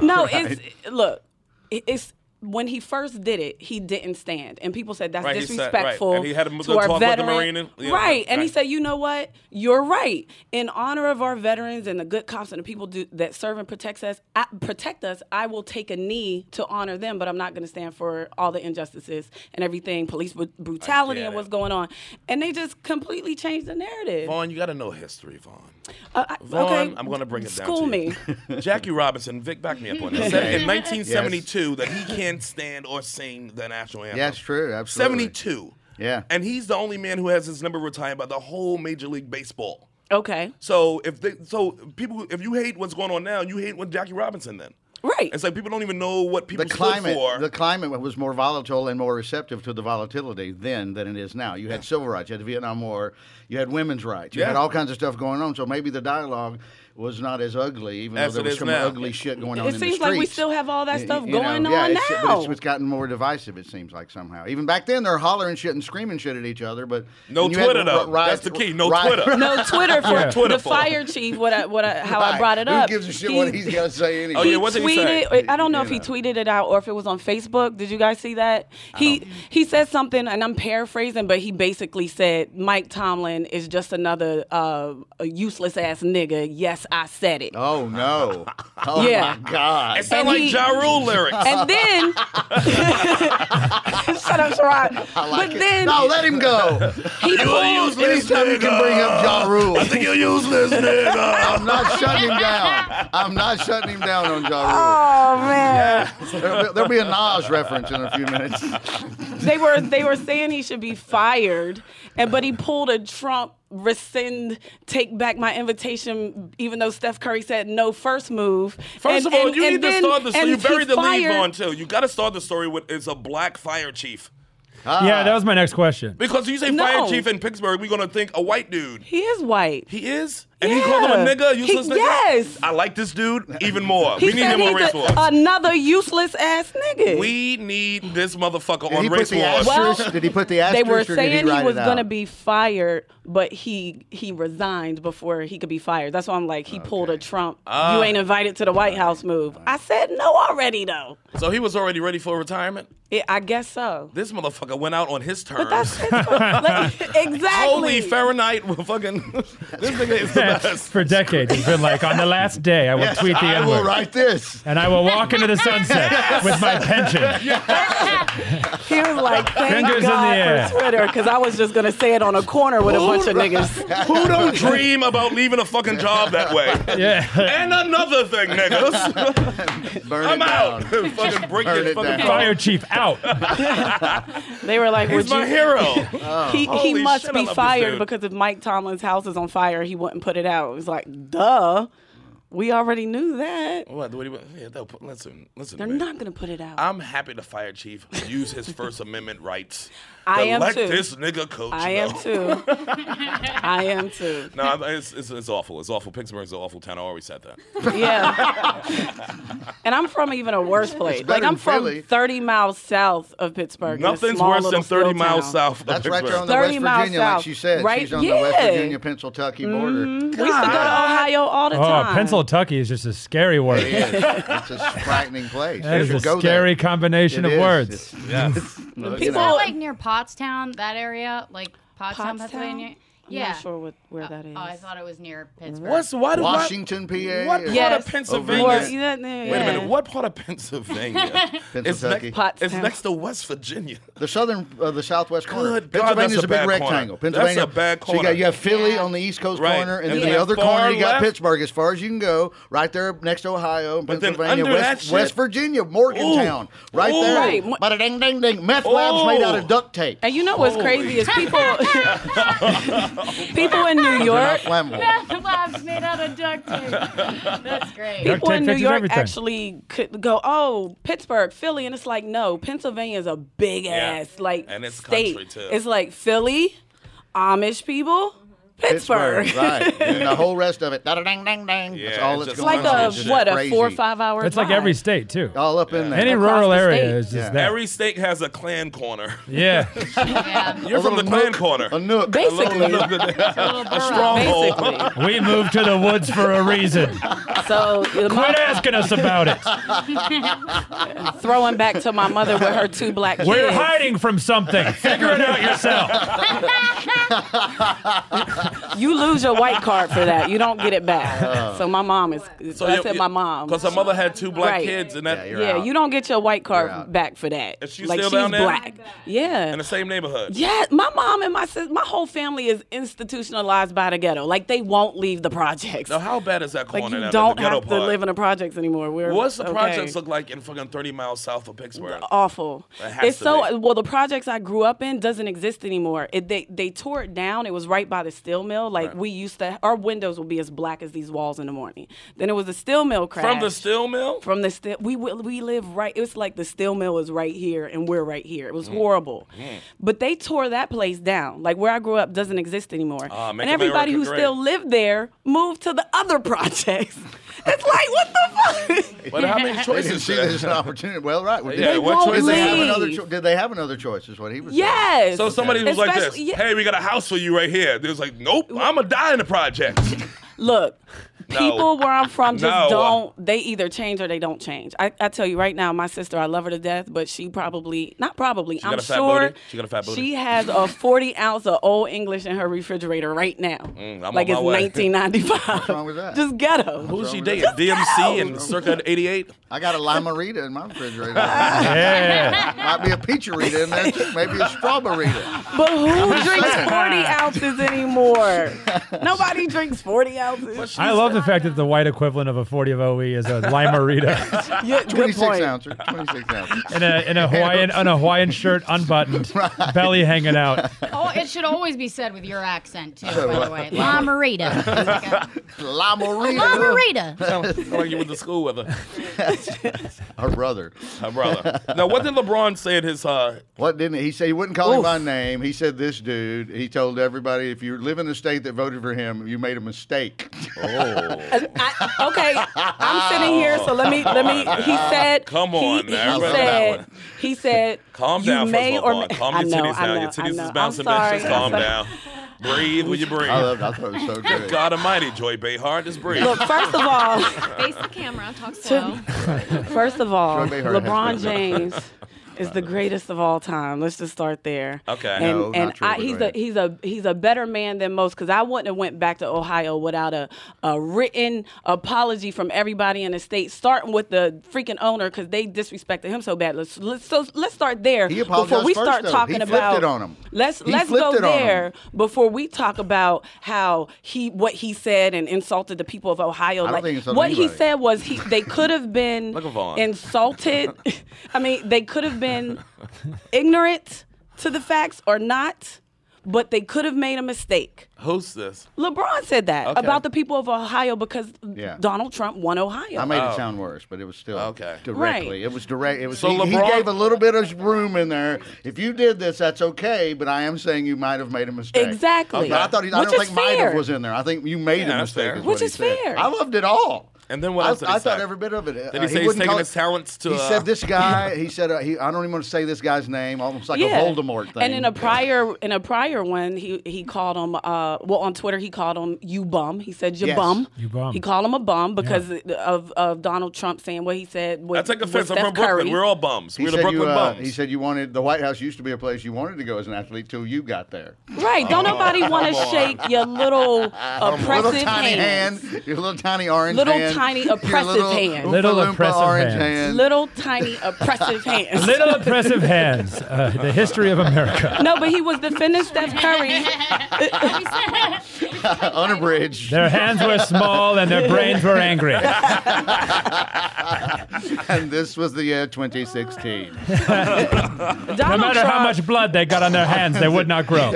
S5: no, it's look, it- it's when he first did it, he didn't stand, and people said that's
S4: Right, he said- right.
S5: disrespectful
S4: And he had a m-
S5: to
S4: little
S5: our
S4: talk with the
S5: veteran.
S4: Marine and- yeah,
S5: right, and he
S4: right.
S5: said, you know what, you're right. In honor of our veterans and the good cops and the people do, that serve and protects us, I, protect us, I will take a knee to honor them, but I'm not going to stand for all the injustices and everything, police bru- brutality and
S4: it.
S5: what's going on, and they just completely changed the narrative.
S4: Vaughn, you got to know history, Vaughn.
S5: Uh, I-
S4: Vaughn,
S5: okay,
S4: I'm going to break it down.
S5: School
S4: to you.
S5: me.
S4: Jackie Robinson, Vic, back me up on this. Said
S3: Okay.
S4: in 1972 that he can't stand or sing the national anthem.
S3: Yeah, that's true. Absolutely.
S4: 72.
S3: Yeah.
S4: And he's the only man who has his number retired by the whole Major League Baseball.
S5: Okay.
S4: So if they, so people, if you hate what's going on now, you hate what Jackie Robinson then.
S5: Right.
S4: It's like people don't even know what people
S3: the climate,
S4: stood for.
S3: the climate was more volatile and more receptive to the volatility then than it is now. You had civil rights, you had the Vietnam War, you had women's rights, you
S4: Yeah.
S3: had all kinds of stuff going on. So maybe the dialogue was not as ugly, even
S4: As
S3: though
S4: it
S3: there was
S4: is
S3: some
S4: now.
S3: ugly shit going on.
S5: It
S3: in
S5: seems
S3: the
S5: like we
S3: streets.
S5: still have all that
S3: Y-
S5: stuff
S3: you know,
S5: going
S3: yeah,
S5: on
S3: it's- But it's,
S5: now.
S3: it's gotten more divisive. It seems like somehow. Even back then, they're hollering shit and screaming shit at each other. But
S4: No
S3: and you had
S4: Twitter, though.
S3: riots-
S4: That's the key. No
S3: riot-
S4: Twitter.
S5: No Twitter for
S7: Yeah.
S4: Twitter
S5: the
S4: for.
S5: fire chief. What I, what I, how I
S3: Right.
S5: brought it
S3: Who
S5: up.
S3: gives a shit
S5: He-
S3: what he's got to say anyway?
S4: Oh,
S5: he
S4: yeah, what did he say?
S5: tweeted. I don't know
S3: You
S5: if he
S3: know.
S5: tweeted it out or if it was on Facebook. Did you guys see that? He he said something, and I'm paraphrasing, but he basically said Mike Tomlin is just another uh, a useless ass nigga. Yes, I said it.
S3: Oh no! Oh
S5: Yeah.
S3: my god!
S4: It sounds
S5: And
S4: like
S5: he-
S4: Ja Rule lyrics.
S5: And then shut up, Sharad. but then
S3: no, let him go.
S5: he
S4: You a
S5: pulled.
S4: useless
S3: Anytime you can bring up Ja Rule.
S4: I think you're useless, nigga.
S3: I'm not shutting him down. I'm not shutting him down on Ja
S5: Oh man.
S3: Rule. There'll, be, there'll be a Nas reference in a few minutes.
S5: they were they were saying he should be fired, and but he pulled a Trump rescind, take back my invitation, even though Steph Curry said no first move.
S4: First
S5: And-
S4: of all,
S5: and-
S4: you
S5: and
S4: need
S5: then-
S4: to start the story.
S5: and
S4: You
S5: he
S4: buried the lead
S5: fired-
S4: on too. You got to start the story with it's a black fire chief.
S3: Ah.
S7: Yeah, that was my next question.
S4: Because you say
S5: No.
S4: fire chief in Pittsburgh, we're gonna think a white dude.
S5: He is white.
S4: He is, and he called him a
S5: Yeah.
S4: nigga,
S5: He-
S4: useless nigga.
S5: yes.
S4: I like this dude even more.
S5: He
S4: we need
S5: said
S4: him on
S5: he's
S4: race
S5: a-
S4: wars.
S5: another useless ass nigga.
S4: we need this motherfucker
S3: Did
S4: on
S3: he put
S4: race
S3: the
S4: wars.
S5: Well,
S3: asterisk? Did he put the
S5: they
S3: asterisk?
S5: were
S3: or did
S5: saying he,
S3: write it
S5: was
S3: out?
S5: gonna be fired, but he he resigned before he could be fired. That's why I'm like, he pulled a Trump.
S4: Ah.
S5: you ain't invited to the White House move. I said no already though.
S4: so he was already ready for retirement.
S5: It, I guess so.
S4: This motherfucker went out on his terms.
S5: That's it's, like, exactly.
S4: Holy Fahrenheit, well, fucking. this nigga is the best.
S7: For decades, it's been like on the last day, I will tweet the
S3: I
S7: N
S3: will
S7: word,
S3: write this.
S7: and I will walk into the sunset with my pension.
S5: He was like, thank
S7: Fingers in
S5: God
S7: the air.
S5: for Twitter, because I was just going to say it on a corner with a bunch of niggas.
S4: Who don't dream about leaving a fucking job that way?
S7: Yeah,
S4: And another thing, niggas.
S3: Burn
S4: I'm
S3: it
S4: out.
S3: down.
S4: fucking break
S3: Burn
S4: your
S3: it
S4: fucking
S3: down.
S7: fire chief out.
S5: They were like,
S4: He's
S5: would
S4: my
S5: you?
S4: hero.
S5: He, he
S4: Holy
S5: must
S4: shit, I
S5: be
S4: love this dude.
S5: fired because if Mike Tomlin's house is on fire, he wouldn't put it out. It was like, duh. We already knew that.
S4: what? What do you? Yeah, they'll put, listen, listen.
S5: They're
S4: man.
S5: not going to put it out.
S4: I'm happy the fire chief use his First Amendment rights.
S5: I
S4: to
S5: am
S4: let
S5: too.
S4: this nigga coach.
S5: I
S4: though.
S5: am too. I am too.
S4: No, I- it's, it's, it's awful. It's awful. Pittsburgh's an awful town. I always said that.
S5: Yeah. and I'm from even a worse place.
S3: better
S5: Like, I'm
S3: than Philly.
S5: from 30 miles south of Pittsburgh. in a
S4: Nothing's
S5: small
S4: worse
S5: little
S4: than 30
S5: still
S4: miles
S5: town.
S4: south of
S3: That's right
S4: Pittsburgh.
S3: there on the West
S5: 30 miles
S3: Virginia, like
S5: south.
S3: she said.
S5: Right?
S3: She's on the West
S5: Yeah. Mm-hmm.
S3: Virginia, Pennsylvania border.
S5: We used to go to Ohio all the
S4: Uh,
S7: Oh,
S5: time.
S7: Pennsylvania is just a scary
S3: It
S7: word.
S3: is. It's a frightening place.
S7: That
S3: You
S7: is
S3: should
S7: a
S3: go
S7: scary
S3: there.
S7: combination
S3: It
S7: of
S3: is.
S7: words.
S3: It's- it's- you know.
S5: people-
S8: Is that like near Pottstown, that area? Like Pottstown,
S5: Pottstown?
S8: Pennsylvania? yeah.
S5: not sure what where that is.
S8: Oh, I thought it was near Pittsburgh.
S4: What's why do why-
S3: Washington, PA,
S4: What
S3: or-
S4: part
S5: Yes.
S4: of Pennsylvania?
S5: Or- yeah, yeah,
S4: Wait a
S5: yeah.
S4: minute. What part of Pennsylvania? it's,
S3: Pennsylvania.
S5: Pottstown.
S4: it's next to West Virginia.
S3: The southern, uh, the southwest corner.
S4: Good God,
S3: Pennsylvania's
S4: that's a
S3: a, big
S4: bad corner.
S3: rectangle.
S4: That's
S3: Pennsylvania.
S4: a bad
S3: So you got you have Philly
S8: Yeah.
S3: on the east coast
S4: Right.
S3: corner, and
S4: And
S3: then
S4: then
S3: the other
S4: far
S3: corner you got
S4: left-
S3: Pittsburgh. As far as you can go, right there next to Ohio and
S4: But then
S3: Pennsylvania,
S4: under that
S3: West,
S4: shit-
S3: West Virginia, Morgantown, right
S4: Ooh.
S3: there.
S5: Right.
S3: But a ding ding ding. Meth labs
S4: Ooh.
S3: made out of duct tape.
S5: And you know what's crazy is people people in New York
S3: Flammable.
S8: Labs made out of duct tape. That's great.
S7: Duct
S5: people
S7: tape
S5: in New
S7: fixes
S5: York
S7: everything.
S5: actually could go, oh, Pittsburgh, Philly, and it's like, no, Pennsylvania is a big ass like
S4: And it's
S5: state.
S4: country, too.
S5: It's like Philly, Amish people, Pittsburgh.
S3: Pittsburgh, right? And the whole rest of it, da ding ding ding. That's
S4: Yeah,
S3: all
S4: it's just
S3: that's going
S5: Like
S3: on.
S5: a
S3: It's just
S5: what a
S3: crazy.
S5: four or five hour.
S7: It's like every
S5: drive.
S7: state too.
S3: All up in there.
S7: Any
S5: across
S7: rural
S5: the
S7: area
S5: state.
S7: is just
S3: Yeah.
S7: that.
S4: Every state has a clan corner.
S7: yeah.
S4: You're from the
S3: little
S4: clan
S3: nook,
S4: corner.
S3: A nook.
S5: Basically,
S4: A stronghold.
S5: basically.
S7: we moved to the woods for a reason.
S5: So the
S7: Quit
S5: mother-
S7: asking us about it.
S5: throwing back to my mother with her two black kids.
S7: We're hiding from something. Figure it out yourself.
S5: You lose your white card for that. You don't get it
S4: Uh-huh.
S5: back. So my mom is. I said my mom.
S4: Because her mother had two black
S5: Right.
S4: kids, and that
S3: Yeah, you're
S5: yeah,
S3: out.
S5: you don't get your white
S3: You're out.
S5: card back for that.
S4: Is she
S5: like
S4: still
S5: she's
S4: down there?
S5: black. Yeah.
S4: in the same neighborhood.
S5: Yeah, my mom and my sis, my whole family is institutionalized by the ghetto. Like they won't leave the projects.
S4: Now, how bad is that corner?
S5: like
S4: down
S5: you
S4: there,
S5: don't
S4: the ghetto
S5: have to
S4: part?
S5: live in the projects anymore. We're
S4: What's the
S5: okay.
S4: projects look like in fucking 30 miles south of Pittsburgh?
S5: Awful.
S4: It has
S5: It's
S4: to
S5: so
S4: be.
S5: well. The projects I grew up in doesn't exist anymore. It, they they tore it down. It was right by the steel mill. Like we used to, our windows would be as black as these walls in the morning. Then it was a steel mill crash.
S4: From the steel mill?
S5: From the steel, we wi- we live right. It was like the steel mill is right here, and we're right here. It
S4: Mm.
S5: was horrible, but they tore that place down. Like where I grew up doesn't exist anymore,
S4: Ah, make
S5: and everybody who
S4: America
S5: still lived there moved to the other projects. it's like what the fuck?
S4: But how many
S3: They didn't
S4: choices?
S3: see this as an opportunity. Well, right. Well, did
S4: Yeah,
S3: they-
S4: what
S5: won't
S4: choice
S3: Did
S4: they
S3: they
S4: have?
S3: have another?
S5: leave.
S3: Cho- did they have another choice? Is what he was. saying.
S5: Yes.
S4: So somebody was like this,
S5: Especially- yeah.
S4: hey, we got a house for you right here. They was like, nope, I'm going to die in the project.
S5: Look,
S4: No.
S5: people where I'm from just
S4: No.
S5: don't. They either change or they don't change. I, I tell you right now, my sister, I love her to death, but she probably not probably.
S4: got
S5: I'm
S4: a fat
S5: sure
S4: booty? She got a fat booty?
S5: she has a 40 ounce of old English in her refrigerator right now.
S4: Mm, I'm
S5: like
S4: on
S5: it's
S4: my way.
S5: 1995. What's
S3: wrong with that?
S5: Just ghetto.
S4: Who's she dating? DMC and circa 88?
S3: I got a limerita in my refrigerator. Might
S7: Yeah.
S3: be a peacharita in there too. Maybe a strawberryita.
S5: But who drinks 40
S3: saying.
S5: ounces anymore? Nobody drinks 40
S4: But
S5: ounces.
S4: she's-
S7: I love the fact that the white equivalent of a 40 of OE is a limerita
S5: Yeah, good
S3: Twenty-six
S5: point.
S3: ouncer. Twenty-six ouncer.
S7: and a, and a Hawaiian on a Hawaiian shirt unbuttoned, belly hanging out.
S8: Oh, it should always be said with your accent too, by the way. La Marita. La
S3: Limerita.
S8: Marita.
S4: Sound sound like you went to school with her,
S3: Her brother.
S4: her brother. Now, what did LeBron say in his uh,
S3: What didn't he say? He wouldn't call him by name. He said this dude. He told everybody, if you live in a state that voted for him, you made a mistake.
S4: Oh,
S5: I, okay, I'm sitting here, so let me let me. He said,
S4: Come on,
S5: he, he
S4: now, everybody know
S5: said,
S4: that
S5: he said,
S4: calm
S5: you
S4: down, first
S5: may
S4: of
S5: or
S4: all,
S5: may-
S4: Vaughn. Calm
S5: I
S4: your
S5: know,
S4: titties
S5: I know,
S4: down. Your
S5: I
S4: titties
S5: know.
S4: is
S5: I'm
S4: bouncing back.
S5: sorry,
S4: Just
S5: I'm
S4: calm
S5: sorry.
S4: down. Breathe when you breathe.
S3: I loved. I thought it was so good.
S4: God Almighty, Joy Behar, just breathe.
S5: Look, first of all,
S6: Face the camera, talk slow.
S5: first of all,
S3: Sure, they heard
S5: LeBron
S3: it.
S5: James is the greatest of all time. Let's just start there.
S4: Okay.
S5: and,
S3: No, not
S5: and
S3: true,
S5: I,
S3: but go
S5: he's a
S3: ahead.
S5: he's a he's a better man than most because I wouldn't have went back to Ohio without a a written apology from everybody in the state, starting with the freaking owner because they disrespected him so bad. Let's, let's so let's start there
S3: He
S5: before
S3: apologized
S5: we
S3: first,
S5: start
S3: though. He
S5: talking
S3: flipped
S5: about
S3: it on him.
S5: Let's
S3: He
S5: let's
S3: flipped
S5: go
S3: it on him.
S5: there before we talk about how he what he said and insulted the people of Ohio.
S3: don't
S5: like
S3: think he insulted
S5: what he
S3: anybody.
S5: said was he they could have been
S4: Look at Vaughn.
S5: insulted. I mean, they could have been ignorant to the facts or not, but they could have made a mistake.
S4: Who's this?
S5: LeBron said that
S4: Okay.
S5: about the people of Ohio because
S3: Yeah.
S5: Donald Trump won Ohio.
S3: I made
S2: Oh.
S3: it sound worse, but it was still
S4: Okay.
S3: directly.
S5: Right.
S3: It was direct. It was.
S4: So
S3: he, he
S4: LeBron-
S3: gave a little bit of room in there. If you did this, that's okay. But I am saying you might have made a mistake.
S5: Exactly.
S3: But I thought he, I
S5: Which
S3: don't
S5: is
S3: think might have
S5: fair.
S3: was in there. I think you made
S4: Yeah,
S3: a
S4: that's
S3: mistake.
S4: fair.
S3: what
S5: Which
S3: he
S5: is
S3: said.
S5: fair.
S3: I loved it all.
S2: And then what
S3: I,
S2: else did he
S3: I
S2: say?
S3: thought every bit of it. Uh,
S2: Did he say he's
S3: wouldn't
S2: taking
S3: call
S2: his
S3: it-
S2: talents to?
S3: He
S2: uh,
S3: said this guy. He said uh, he. I don't even want to say this guy's name. Almost like a Voldemort thing.
S5: And in a prior in a prior one, he he called him uh well on Twitter he called him you bum. He said you
S3: Yes.
S5: bum.
S7: You bum.
S5: He called him a bum because of of Donald Trump saying what he said
S2: I
S5: was
S2: take offense. I'm
S5: Steph
S2: from Brooklyn.
S5: Curry.
S2: We're all bums.
S3: He
S2: We're the
S3: said
S2: Brooklyn
S3: you, uh,
S2: bums.
S3: He said you wanted the White House used to be a place you wanted to go as an athlete till you got there.
S5: right. Don't nobody want
S2: come
S5: to
S2: on.
S5: shake your little
S3: Your
S5: oppressive
S3: little tiny
S5: hands.
S3: hand, your little tiny orange
S5: Little
S3: hand,
S5: tiny
S3: your
S5: oppressive
S3: little
S5: hand.
S3: Oompa
S7: Little
S3: Loompa
S7: oppressive
S3: orange
S7: hand.
S3: hand.
S5: Little tiny oppressive hands.
S7: Little oppressive hands. Uh, the history of America.
S5: No, but he was defending Steph Curry.
S3: unabridged.
S7: Their hands were small and their brains were angry.
S3: and this was the year 2016.
S7: No
S5: Donald
S7: matter
S5: Trump,
S7: how much blood they got on their hands, they would not grow.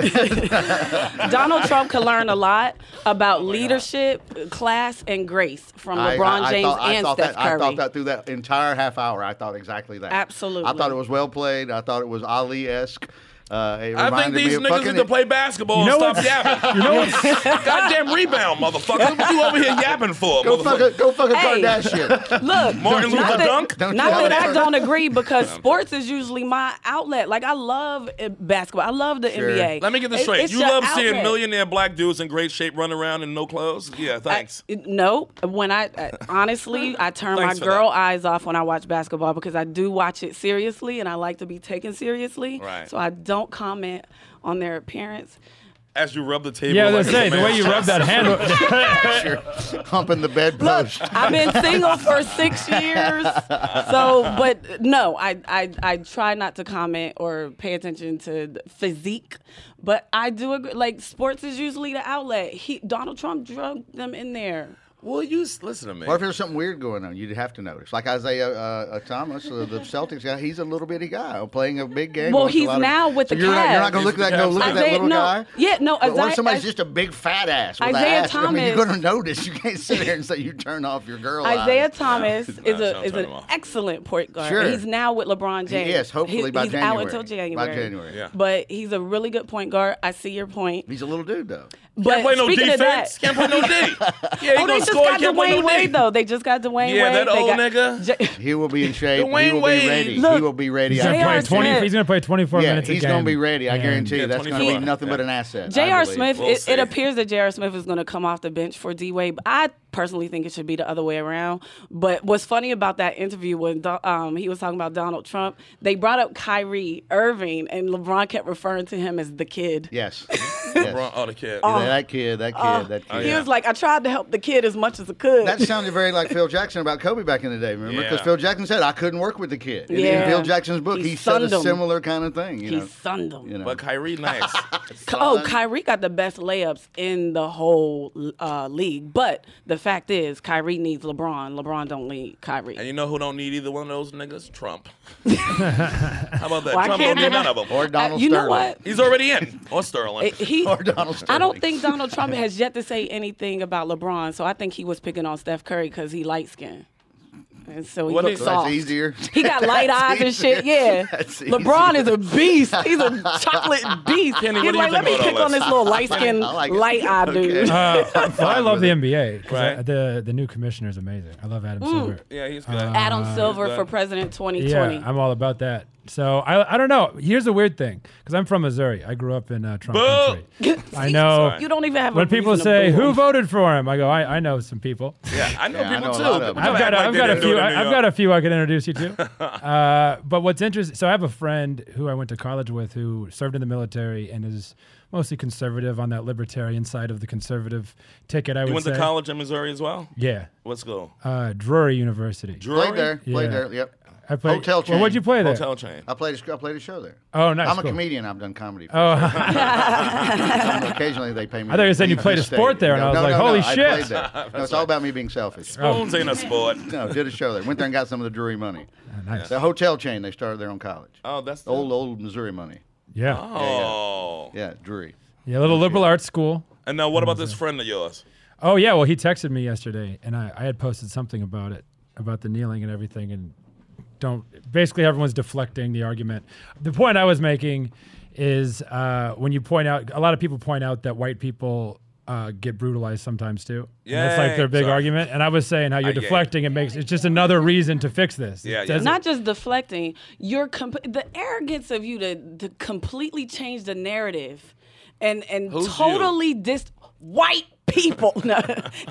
S5: Donald Trump could learn a lot about leadership, class, and grace from
S3: I-
S5: LeBron
S3: I- I
S5: James
S3: thought- I
S5: and
S3: thought
S5: Steph
S3: that,
S5: Curry.
S3: I thought that through that entire half hour. I thought exactly that.
S5: Absolutely.
S3: I thought it was well played. I thought it was Ali esque. Uh, it
S2: I think
S3: reminded me
S2: these
S3: of
S2: niggas
S3: fucking-
S2: need to play basketball
S7: You know
S2: and stop
S7: what's-
S2: yapping.
S7: You know what's,
S2: Goddamn rebound, motherfucker. What you over here yapping for,
S3: Go fuck a,
S2: motherfucker?
S3: go fuck a
S5: Hey.
S3: Kardashian.
S5: Look,
S2: Martin
S5: not
S2: Luther
S5: that,
S2: Dunk?
S3: Don't
S5: not
S3: you
S5: that
S3: ever-
S5: I don't agree because sports is usually my outlet. Like I love eh, basketball. I love the
S3: Sure.
S5: NBA.
S2: Let me get this
S5: It-
S2: straight.
S5: it's
S2: you
S5: your
S2: love seeing
S5: outlet.
S2: millionaire black dudes in great shape run around in no clothes? Yeah, thanks.
S5: I- no, when I I- honestly, I turn my
S2: Thanks for
S5: girl
S2: that.
S5: eyes off when I watch basketball because I do watch it seriously and I like to be taken seriously.
S2: Right.
S5: So I don't comment on their appearance.
S2: As you rub the table.
S7: yeah, they
S2: like it's a
S7: say the way
S2: man's
S7: you rub
S2: chest.
S7: that hand.
S3: Humping the bedpost.
S5: I've been single for six years. So, but no, I, I, I try not to comment or pay attention to the physique. But I do agree. Like, sports is usually the outlet. He, Donald Trump drug them in there.
S2: Well, you s- listen to me.
S3: Or if there's something weird going on, you'd have to notice. Like Isaiah uh, uh, Thomas, uh, the Celtics guy, he's a little bitty guy playing a big game.
S5: Well,
S3: against a
S5: he's
S3: lot of-
S5: now with
S3: So
S5: the
S3: you're Not, you're not
S5: Cavs.
S3: going to look at that. and Go look at that
S5: Isaiah-
S3: little
S5: no.
S3: guy.
S5: Yeah, no,
S3: But what if
S5: Isaiah-
S3: somebody's
S5: Is-
S3: just a big fat ass? With a
S5: Isaiah
S3: ass? I mean, you're
S5: Thomas-
S3: going to notice. You can't sit here and say you turn off your girl.
S5: Isaiah
S3: eyes.
S5: Thomas
S2: Nah,
S5: is
S2: don't
S5: a is
S2: turn
S5: an
S2: him off.
S5: excellent point guard.
S3: Sure.
S5: He's now with LeBron
S3: He
S5: James.
S3: is, hopefully
S5: He-
S3: by
S5: he's
S3: January.
S5: out until January.
S3: By January.
S2: Yeah.
S5: But he's a really good point guard. I see your point.
S3: He's a little dude though.
S5: But
S2: Can't play no
S5: speaking
S2: defense.
S5: of that,
S2: Can't play no D. Yeah, he
S5: oh, they
S2: gonna
S5: just
S2: score. he
S5: got
S2: can't play
S5: Dwayne
S2: no D.
S5: Wayne though. They just got Dwayne
S2: Yeah,
S5: Wayne.
S2: that
S5: They
S2: old
S5: got-
S2: nigga.
S5: J-
S3: He will be in shape. he
S2: Dwayne
S3: will
S2: Wade.
S3: be ready. he
S5: Look,
S3: will be ready.
S7: He's
S3: I
S7: gonna
S5: J.R.
S7: play
S3: guarantee.
S7: twenty.
S5: Smith.
S7: He's gonna play twenty-four
S3: Yeah,
S7: minutes. a
S3: he's going to
S7: game.
S3: be ready. I
S7: And
S3: guarantee
S2: Yeah,
S3: you. That's going to
S2: 24.
S3: be nothing but
S2: Yeah.
S3: an asset. I
S5: J.R.
S3: believe.
S5: Smith,
S2: We'll
S5: it,
S2: see.
S5: it appears that J.R. Smith is going to come off the bench for D Wade. but I personally think it should be the other way around. But what's funny about that interview when Do- um, he was talking about Donald Trump, they brought up Kyrie Irving, and LeBron kept referring to him as the kid.
S3: Yes.
S2: LeBron,
S3: yes.
S2: oh, the kid.
S3: Yeah, that kid. That kid. that kid.
S5: He was like, I tried to help the kid as much as I could.
S3: That sounded very like Phil Jackson about Kobe back in the day, remember? Because
S2: Yeah.
S3: Phil Jackson said, I couldn't work with the kid. And In
S5: Yeah.
S3: Phil Jackson's book, he,
S5: He
S3: said a
S5: sunned him.
S3: similar kind of thing. You
S5: he
S3: know?
S5: sunned him.
S3: You know.
S2: But Kyrie, nice.
S5: Oh, Kyrie got the best layups in the whole uh, league. But the fact is, Kyrie needs LeBron. LeBron don't need Kyrie.
S2: and you know who don't need either one of those niggas? Trump. How about that?
S5: Well, I
S2: Trump don't
S5: can't
S2: need
S5: deny-
S2: none of them.
S3: or
S5: Uh,
S3: Donald
S5: you
S3: Sterling.
S5: know what?
S2: He's already in. Or Sterling.
S5: It- he,
S3: Or Donald Sterling.
S5: I don't think Donald Trump has yet to say anything about LeBron, so I think he was picking on Steph Curry because he light skinned. And so he
S2: What
S5: looked
S2: is-
S5: soft.
S2: That's
S3: easier.
S5: He got light eyes and shit. Yeah.
S3: That's
S5: LeBron is
S3: easier.
S5: a beast. He's a chocolate beast.
S2: Kenny, what
S5: He's
S2: do you think
S5: like, let me
S2: about
S5: pick
S2: all
S5: on
S2: this?
S5: this little light skinned,
S3: I like it.
S5: light eyed dude.
S7: Uh, well, I
S3: fine with
S7: love the
S3: it.
S7: NBA 'cause I-
S2: Right.
S7: the the new commissioner is amazing. I love Adam Silver.
S2: yeah, he's good.
S5: Adam Silver
S2: Uh, that-
S5: for president 2020.
S7: Yeah, I'm all about that. So I, I don't know. Here's the weird thing, because I'm from Missouri. I grew up in uh, Trump
S2: Boo!
S7: country. I know.
S5: you don't even have a
S7: When people
S5: reason to
S7: say
S5: boo him.
S7: who voted for him, I go, I, I know some people.
S2: yeah, I know
S3: Yeah, I
S2: people
S3: know a
S2: too.
S3: lot of them.
S2: But
S7: I've
S2: don't
S7: got, a,
S2: act
S7: I've
S2: like
S7: got
S2: they
S7: a
S2: didn't do
S7: few.
S2: it in
S7: I,
S2: New
S7: have
S2: York.
S7: got a few I can introduce you to. uh, but what's interesting? So I have a friend who I went to college with who served in the military and is mostly conservative on that libertarian side of the conservative ticket. I would
S2: You went
S7: say.
S2: to college in Missouri as well?
S7: Yeah,
S2: Let's go.
S7: uh, Drury University.
S3: Played there.
S7: Yeah.
S3: Played there. Yep.
S7: I played,
S3: Hotel
S7: Well, what'd
S3: chain.
S7: you play there?
S2: Hotel chain.
S3: I played, a, I played a show there.
S7: Oh, nice.
S3: I'm a
S7: cool.
S3: comedian. I've done comedy. for
S7: Oh.
S3: sure. Occasionally they pay me.
S7: I thought you
S3: to
S7: said you
S3: leave
S7: played
S3: the
S7: a sport
S3: state.
S7: there, and
S3: No,
S7: I was
S3: no,
S7: like,
S3: no,
S7: holy
S3: no, I
S7: shit. Oh.
S3: played there. No, it's all about me being selfish.
S2: Spoons ain't a sport.
S3: No, did a show there. Went there and got some of the Drury money.
S7: Oh, nice.
S3: The hotel chain they started there on college.
S2: Oh, that's the
S3: Old, old Missouri money.
S7: Yeah.
S2: Oh.
S3: Yeah, Drury.
S7: Yeah, a little liberal arts school.
S2: And now, what about
S7: Mm-hmm.
S2: this friend of yours?
S7: Oh yeah, well he texted me yesterday, and I, I had posted something about it, about the kneeling and everything, and don't basically everyone's deflecting the argument. The point I was making is uh, when you point out a lot of people point out that white people uh, get brutalized sometimes too. Yeah, that's like
S2: Yay.
S7: their big
S2: Sorry.
S7: argument. And I was saying how you're
S2: yeah, yeah.
S7: deflecting. It makes it's just another reason to fix this.
S2: Yeah,
S7: It
S2: yeah.
S7: doesn't-
S5: Not just deflecting, you're comp- the arrogance of you to, to completely change the narrative and and
S2: Who's you?
S5: totally dis white people, no,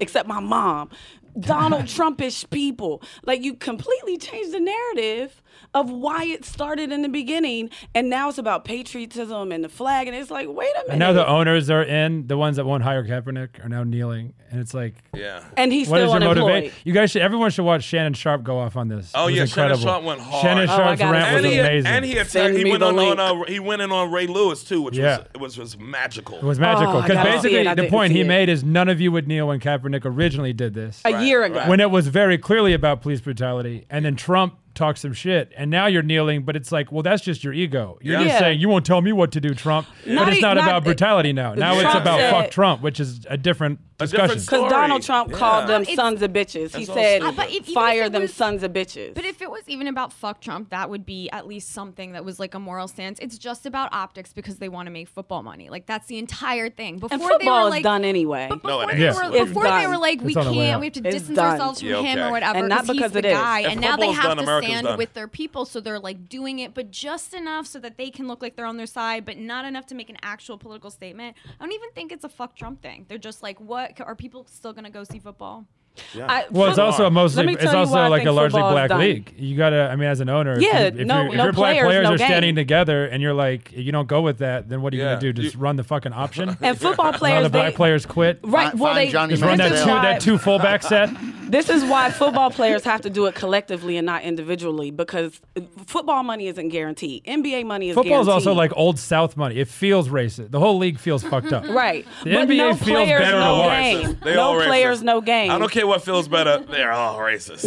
S5: except my mom, Donald Trumpish people. Like you completely changed the narrative of why it started in the beginning, and now it's about patriotism and the flag, and it's like, wait a minute.
S7: And now the owners are in. The ones that won't hire Kaepernick are now kneeling, and it's like,
S2: Yeah.
S5: and he's
S7: what is
S5: still
S7: your
S5: unemployed.
S7: motivation? You guys should. Everyone should watch Shannon Sharp go off on this.
S2: Oh,
S7: It was
S2: yeah, Shannon
S7: incredible.
S2: Sharp went hard.
S7: Shannon
S2: Oh, I
S7: Sharp's
S5: gotta
S7: rant
S2: And
S5: see
S7: was
S2: he,
S5: it.
S7: amazing.
S2: and he attacked,
S5: Send
S2: he
S5: me
S2: went
S5: the
S2: on, on
S5: link.
S2: uh, he went in on Ray Lewis too, which
S7: Yeah.
S2: was was was magical.
S7: It was magical
S5: Oh, I
S7: because
S5: gotta see
S7: basically
S5: it. I
S7: the
S5: didn't
S7: point
S5: see
S7: he
S5: it.
S7: made is none of you would kneel when Kaepernick originally did this,
S5: A year ago.
S7: when it was very clearly about police brutality, and then Trump talked some shit, and now you're kneeling, but it's like, well, that's just your ego. You're
S5: Yeah.
S7: just
S5: Yeah.
S7: saying you won't tell me what to do, Trump.
S5: Not
S7: but it's
S5: e-
S7: not,
S5: not-
S7: about brutality now. Now it's
S5: Trump
S7: about
S5: said-
S7: fuck Trump, which is a different
S2: A different
S7: discussion.
S2: story.
S5: Because Donald Trump
S2: Yeah.
S5: called them
S6: It's-
S5: sons of bitches. He
S2: That's all
S5: said,
S2: stupid. But
S6: if- even if
S5: fire
S6: it
S5: them
S6: was-
S5: sons of bitches.
S6: But if it was even about fuck Trump, that would be at least something that was like a moral stance. It's just about optics because they want to make football money. Like that's the entire thing. Before
S5: and
S6: they
S5: football
S6: were
S5: is
S6: like,
S5: done anyway.
S6: But
S2: No, it
S6: before,
S2: ain't.
S6: they,
S7: Yeah.
S6: were,
S7: It's
S6: before they
S5: done.
S6: were like, we
S7: It's on the way
S6: can't,
S7: up.
S6: we have to
S5: It's
S6: distance
S5: done.
S6: ourselves from
S2: Yeah,
S6: him
S2: okay.
S6: or whatever.
S5: And not
S6: 'cause he's
S5: because
S6: the
S5: it is.
S6: guy.
S5: If
S6: and now they
S2: football's
S6: have
S2: done,
S6: to
S2: America's
S6: stand
S2: done.
S6: with their people, so they're like doing it, but just enough so that they can look like they're on their side, but not enough to make an actual political statement. I don't even think it's a fuck Trump thing. They're just like, what are people still gonna go see football?
S5: I-
S7: Well, it's
S5: football-
S7: also a
S5: Let
S7: mostly.
S5: me
S7: It's
S5: tell you why
S7: also
S5: I
S7: like a
S5: think
S7: largely
S5: football is
S7: black
S5: done.
S7: league. You gotta. I mean, as an owner, if
S5: Yeah,
S7: you- if,
S5: no-
S7: your- if
S5: no
S7: your black
S5: players,
S7: players
S5: no
S7: are standing
S5: game.
S7: together and you're like, you don't go with that, then what are you
S2: Yeah.
S7: gonna do? Just
S2: You-
S7: run the fucking option.
S5: and football
S7: Now
S5: players,
S7: the black
S5: they,
S7: players quit.
S5: right?
S3: Find-
S5: Well,
S3: find
S5: they
S3: Johnny
S5: this
S7: Run that
S5: is
S7: two,
S3: Manziel.
S5: why-
S7: that two fullback set.
S5: This is why football players have to do it collectively and not individually because football money isn't guaranteed. NBA money is
S7: Football is also
S5: guaranteed.
S7: like old South money. It feels racist. The whole league feels fucked up.
S5: right.
S7: The
S5: but
S7: NBA
S5: no
S7: feels
S5: players,
S7: better to
S5: no
S7: watch.
S5: game.
S2: They all
S5: no
S2: racist.
S5: players, no game.
S2: I don't care what feels better. They're all racist.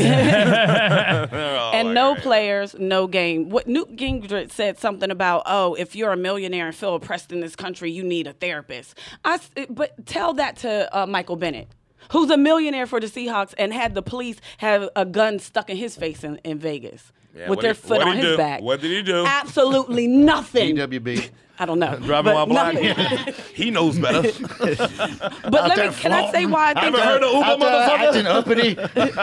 S2: They're all
S5: and
S2: like
S5: no
S2: racist.
S5: players, no game. What Newt Gingrich said something about, oh, if you're a millionaire and feel oppressed in this country, you need a therapist. I, s- but tell that to uh, Michael Bennett, who's a millionaire for the Seahawks and had the police have a gun stuck in his face in, in Vegas
S2: Yeah,
S5: with
S2: what
S5: their
S2: did-
S5: foot
S2: what
S5: on
S2: did
S5: his
S2: he do?
S5: back.
S2: What did he do?
S5: Absolutely nothing.
S3: EWB.
S5: I don't know.
S2: Driving
S5: but
S2: while black.
S5: nothing.
S2: he knows better.
S5: but let
S3: there
S5: me, can I say why I think
S2: Haven't heard of Uber,
S3: Out there acting
S2: motherfucker.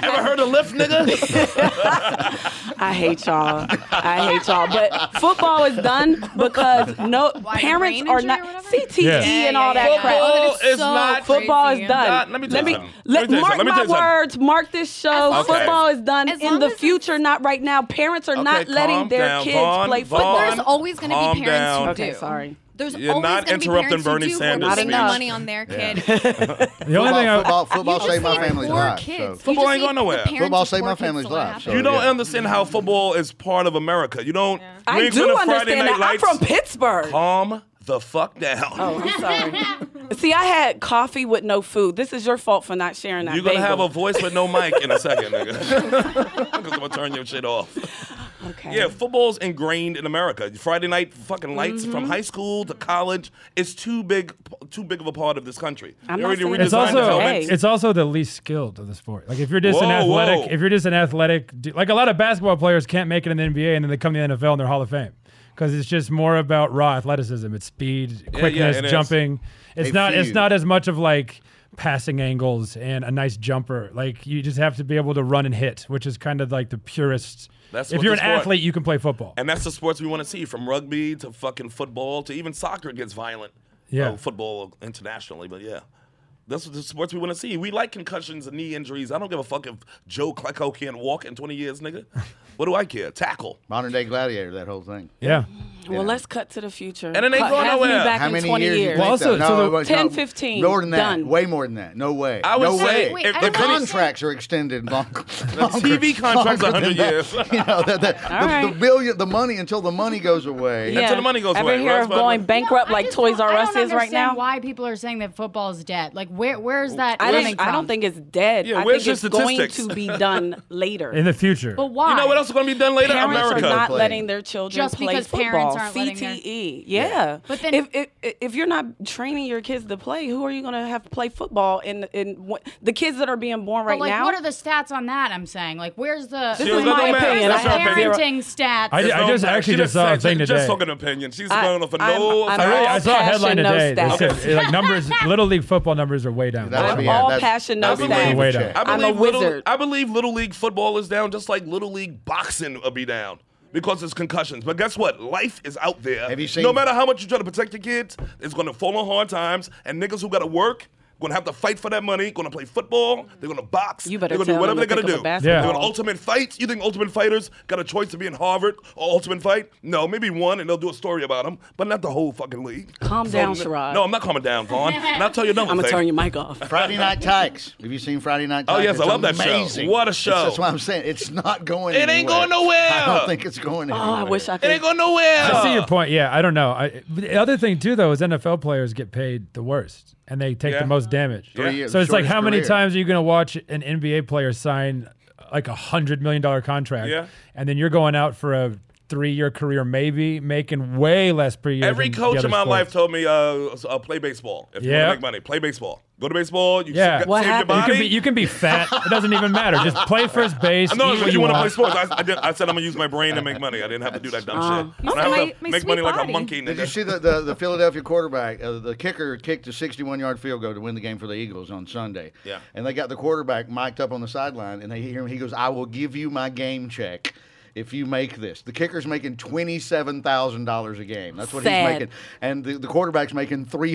S2: Ever heard of Lyft, nigga?
S5: I hate y'all. I hate y'all. But football is done because no
S6: Why,
S5: parents
S6: brain
S5: are
S6: injury or
S5: not
S6: whatever?
S5: CTE
S7: Yeah.
S6: Yeah,
S5: and all
S6: yeah,
S5: that
S6: yeah,
S5: crap.
S6: yeah.
S2: Football
S6: Oh, that
S2: is not-
S5: Football is
S6: crazy.
S5: done.
S2: Nah, let me tell you something.
S5: let-
S2: Let me tell you
S5: mark
S2: something. Let me
S5: my
S2: tell you something.
S5: words. Mark this show.
S6: long-
S5: Football is done
S6: As
S5: in
S6: long
S5: the
S6: as it's-
S5: future. Not right now. Parents are not
S2: Okay,
S5: letting
S2: calm
S5: their
S2: down,
S5: kids
S2: Vaughn,
S5: play
S2: Vaughn.
S5: football.
S6: There's always going to
S2: Calm
S6: be parents
S2: down.
S6: who
S5: Okay,
S6: do.
S5: sorry.
S6: There's
S2: You're
S6: always
S2: not
S6: gonna be
S2: interrupting
S6: parents who
S2: Bernie
S6: do who are
S2: Sanders'
S6: spending
S5: speech.
S6: money on their kid.
S7: The only thing
S3: Football,
S7: I,
S3: football, football
S6: You just
S3: saved my
S6: need
S3: family's
S6: four
S3: life.
S6: kids.
S3: so-
S6: You
S2: Football
S6: just
S2: ain't
S6: need
S2: going nowhere.
S6: the parents
S3: Football
S6: with
S3: saved
S6: four
S3: my
S6: kids
S3: family's
S6: to learn
S3: life,
S6: how
S2: You
S6: to-
S3: so-
S2: don't
S3: Yeah.
S2: understand how football is part of America. You don't. you
S5: I
S2: ain't going
S5: do
S2: to Friday
S5: understand
S2: Night
S5: that. I'm
S2: Lights.
S5: from Pittsburgh.
S2: Calm the fuck down.
S5: Oh, I'm sorry. See, I had coffee with no food. This is your fault for not sharing that.
S2: You're gonna have
S5: bagel.
S2: a voice with no mic in a second, nigga. Because I'm gonna turn your shit off.
S5: Okay.
S2: Yeah, football's ingrained in America. Friday night fucking lights from
S5: Mm-hmm.
S2: high school to college is too big, too big of a part of this country.
S5: I'm
S2: They
S5: not
S2: already
S5: saying
S7: it's
S2: redesigned
S5: Design
S7: also
S5: development.
S2: elements.
S7: it's also the least skilled of the sport. Like if you're just an
S2: Whoa, whoa.
S7: athletic, if you're just an athletic, du- like a lot of basketball players can't make it in the NBA and then they come to the NFL and they're Hall of Fame because it's just more about raw athleticism. It's speed, quickness,
S2: it is.
S7: jumping. It's
S3: A
S7: not it's
S3: few.
S7: not as much of like passing angles and a nice jumper. Like you just have to be able to run and hit, which is kind of like the purest.
S2: That's
S7: if
S2: what
S7: you're an
S2: the sport-
S7: athlete, you can play football.
S2: and that's the sports we want to see, from rugby to fucking football to even soccer gets violent.
S7: Yeah.
S2: Oh, football internationally, but yeah. That's what the sports we want to see. We like concussions and knee injuries. I don't give a fuck if Joe Klecko can't walk in 20 years, nigga. What do I care? Tackle.
S3: Modern day gladiator, that whole thing.
S7: yeah.
S5: Well, let's cut to the future.
S2: And it ain't
S5: Cut-
S2: going
S5: have
S2: nowhere.
S5: Me back
S3: How
S5: in
S3: many
S5: 20
S3: years? do you
S5: years?
S3: think
S7: Well,
S3: that-
S7: so- so the-
S3: no, it's not-
S5: 10, 15,
S3: More than that.
S5: done.
S3: Way more than that. No way.
S2: I would
S3: no
S2: say
S3: way.
S2: if
S6: Wait, I
S2: the
S6: don't
S3: the
S6: know.
S2: Clippers-
S3: contracts are extended long,
S2: TV contracts are 100 years.
S3: you know, that, that, the,
S5: All right.
S3: the billion, the money until the money goes away.
S5: Yeah.
S2: the money goes
S5: Ever
S2: away,
S5: hear
S2: right?
S5: of going
S2: No,
S8: No,
S5: bankrupt
S8: I
S5: like
S8: just
S5: Toys
S8: don't-
S5: R
S8: I
S5: Us
S8: don't
S5: is right
S8: understand
S5: now?
S8: Why people are saying that football is dead? Like, Where where's that
S5: I,
S8: coming
S5: didn't,
S8: from?
S5: I don't think it's dead.
S4: Yeah,
S5: I
S4: where's
S5: think
S4: your
S5: it's going
S4: statistics?
S5: to be done later.
S7: in the future.
S8: But why?
S4: You know what else is going to be done later?
S5: parents
S4: America.
S5: are not
S3: Play.
S5: letting their children
S8: Just
S5: play
S8: because
S5: football.
S8: parents aren't letting
S5: CTE,
S8: their-
S5: yeah.
S8: But then-
S5: if, if if you're not training your kids to play, who are you going to have play football? And and what, the kids that are being born right
S8: But like,
S5: now.
S8: what are the stats on that? I'm saying, like, where's the
S5: This
S4: is my opinion.
S8: Where's the
S4: That's her opinion.
S8: parenting stats?
S7: I- I just actually
S4: She
S7: just saw a
S4: said-
S7: thing
S4: just
S7: today.
S4: talking opinion. She's
S5: I-
S4: going off a
S5: I'm-
S4: no.
S5: I'm
S7: I, really,
S5: all
S7: I saw a
S5: passion,
S7: headline
S5: no
S7: today that
S5: stats.
S7: said eh, like numbers. Little league football numbers are way down.
S3: That'd
S5: I'm
S3: be-
S5: all
S3: that's-
S5: passion, no
S3: that'd be
S5: stats.
S3: way to
S7: I'm
S3: check.
S7: a
S5: I'm a
S4: believe little,
S5: wizard.
S4: I believe little league football is down, just like little league boxing will be down because it's concussions. But guess what? Life is out there.
S3: Have you seen-
S4: No matter how much you try to protect your kids, it's going to fall on hard times. And niggas who got to work. Gonna have to fight for that money. Gonna play football. They're gonna box.
S5: You
S4: They're
S5: better
S4: gonna do
S5: tell
S4: whatever
S5: them to
S4: they gotta
S5: pick up
S4: do.
S5: a basketball.
S4: They're gonna ultimate fights. You think ultimate fighters got a choice to be in Harvard or ultimate fight? No, maybe one, and they'll do a story about them, but not the whole fucking league.
S5: Calm down, Sherrod.
S4: No, I'm not calming down, Vaughn. And I'll tell you another
S5: I'm gonna
S4: thing.
S5: turn your mic off.
S3: Friday Night Tykes. Have you seen Friday Night
S4: Oh,
S3: Tykes?
S4: yes, I
S3: It's
S4: love that show.
S3: amazing.
S4: What a
S3: It's-
S4: show.
S3: That's what I'm saying. It's not going
S4: It ain't
S3: anywhere.
S4: going nowhere.
S3: I don't think it's going anywhere.
S5: Oh, I wish I
S4: It
S5: could.
S4: ain't going nowhere.
S7: I see your point. Yeah, I don't know. I, but the other thing too, though, is NFL players get paid the worst and they take
S4: Yeah.
S7: the most damage.
S3: Three years,
S7: So it's like,
S3: shortest
S7: how many
S3: career.
S7: times are you going to watch an NBA player sign like a hundred million dollar contract,
S4: Yeah.
S7: and then you're going out for a three year career, maybe making way less per year.
S4: Every
S7: than the
S4: coach
S7: other
S4: in my
S7: sports.
S4: life told me, uh, uh, play baseball. If you want
S7: Yeah.
S4: to make money, play baseball. Go to baseball. You
S7: Yeah.
S4: save,
S7: What
S4: save your
S5: happened?
S7: You
S4: body.
S7: can be you can be fat. It doesn't even matter. Just play first base.
S4: no,
S7: eat
S4: you,
S7: what you
S4: want to play sports.
S7: want.
S4: I, I, did, I said I'm gonna use my brain to make money. I didn't have to do that dumb
S8: Um,
S4: shit. And I
S6: said
S4: have to
S6: my- my
S4: make
S6: sweet
S4: money like a
S6: body.
S4: monkey.
S3: Did you
S4: Nigga.
S3: see the, the, the Philadelphia quarterback? Uh, the kicker kicked a 61 yard field goal to win the game for the Eagles on Sunday.
S4: Yeah.
S3: And they got the quarterback mic'd up on the sideline, and they hear him. He goes, I will give you my game check. If you make this, the kicker's making twenty seven thousand dollars a game. That's what
S5: Sad.
S3: he's making, and the, the quarterback's making three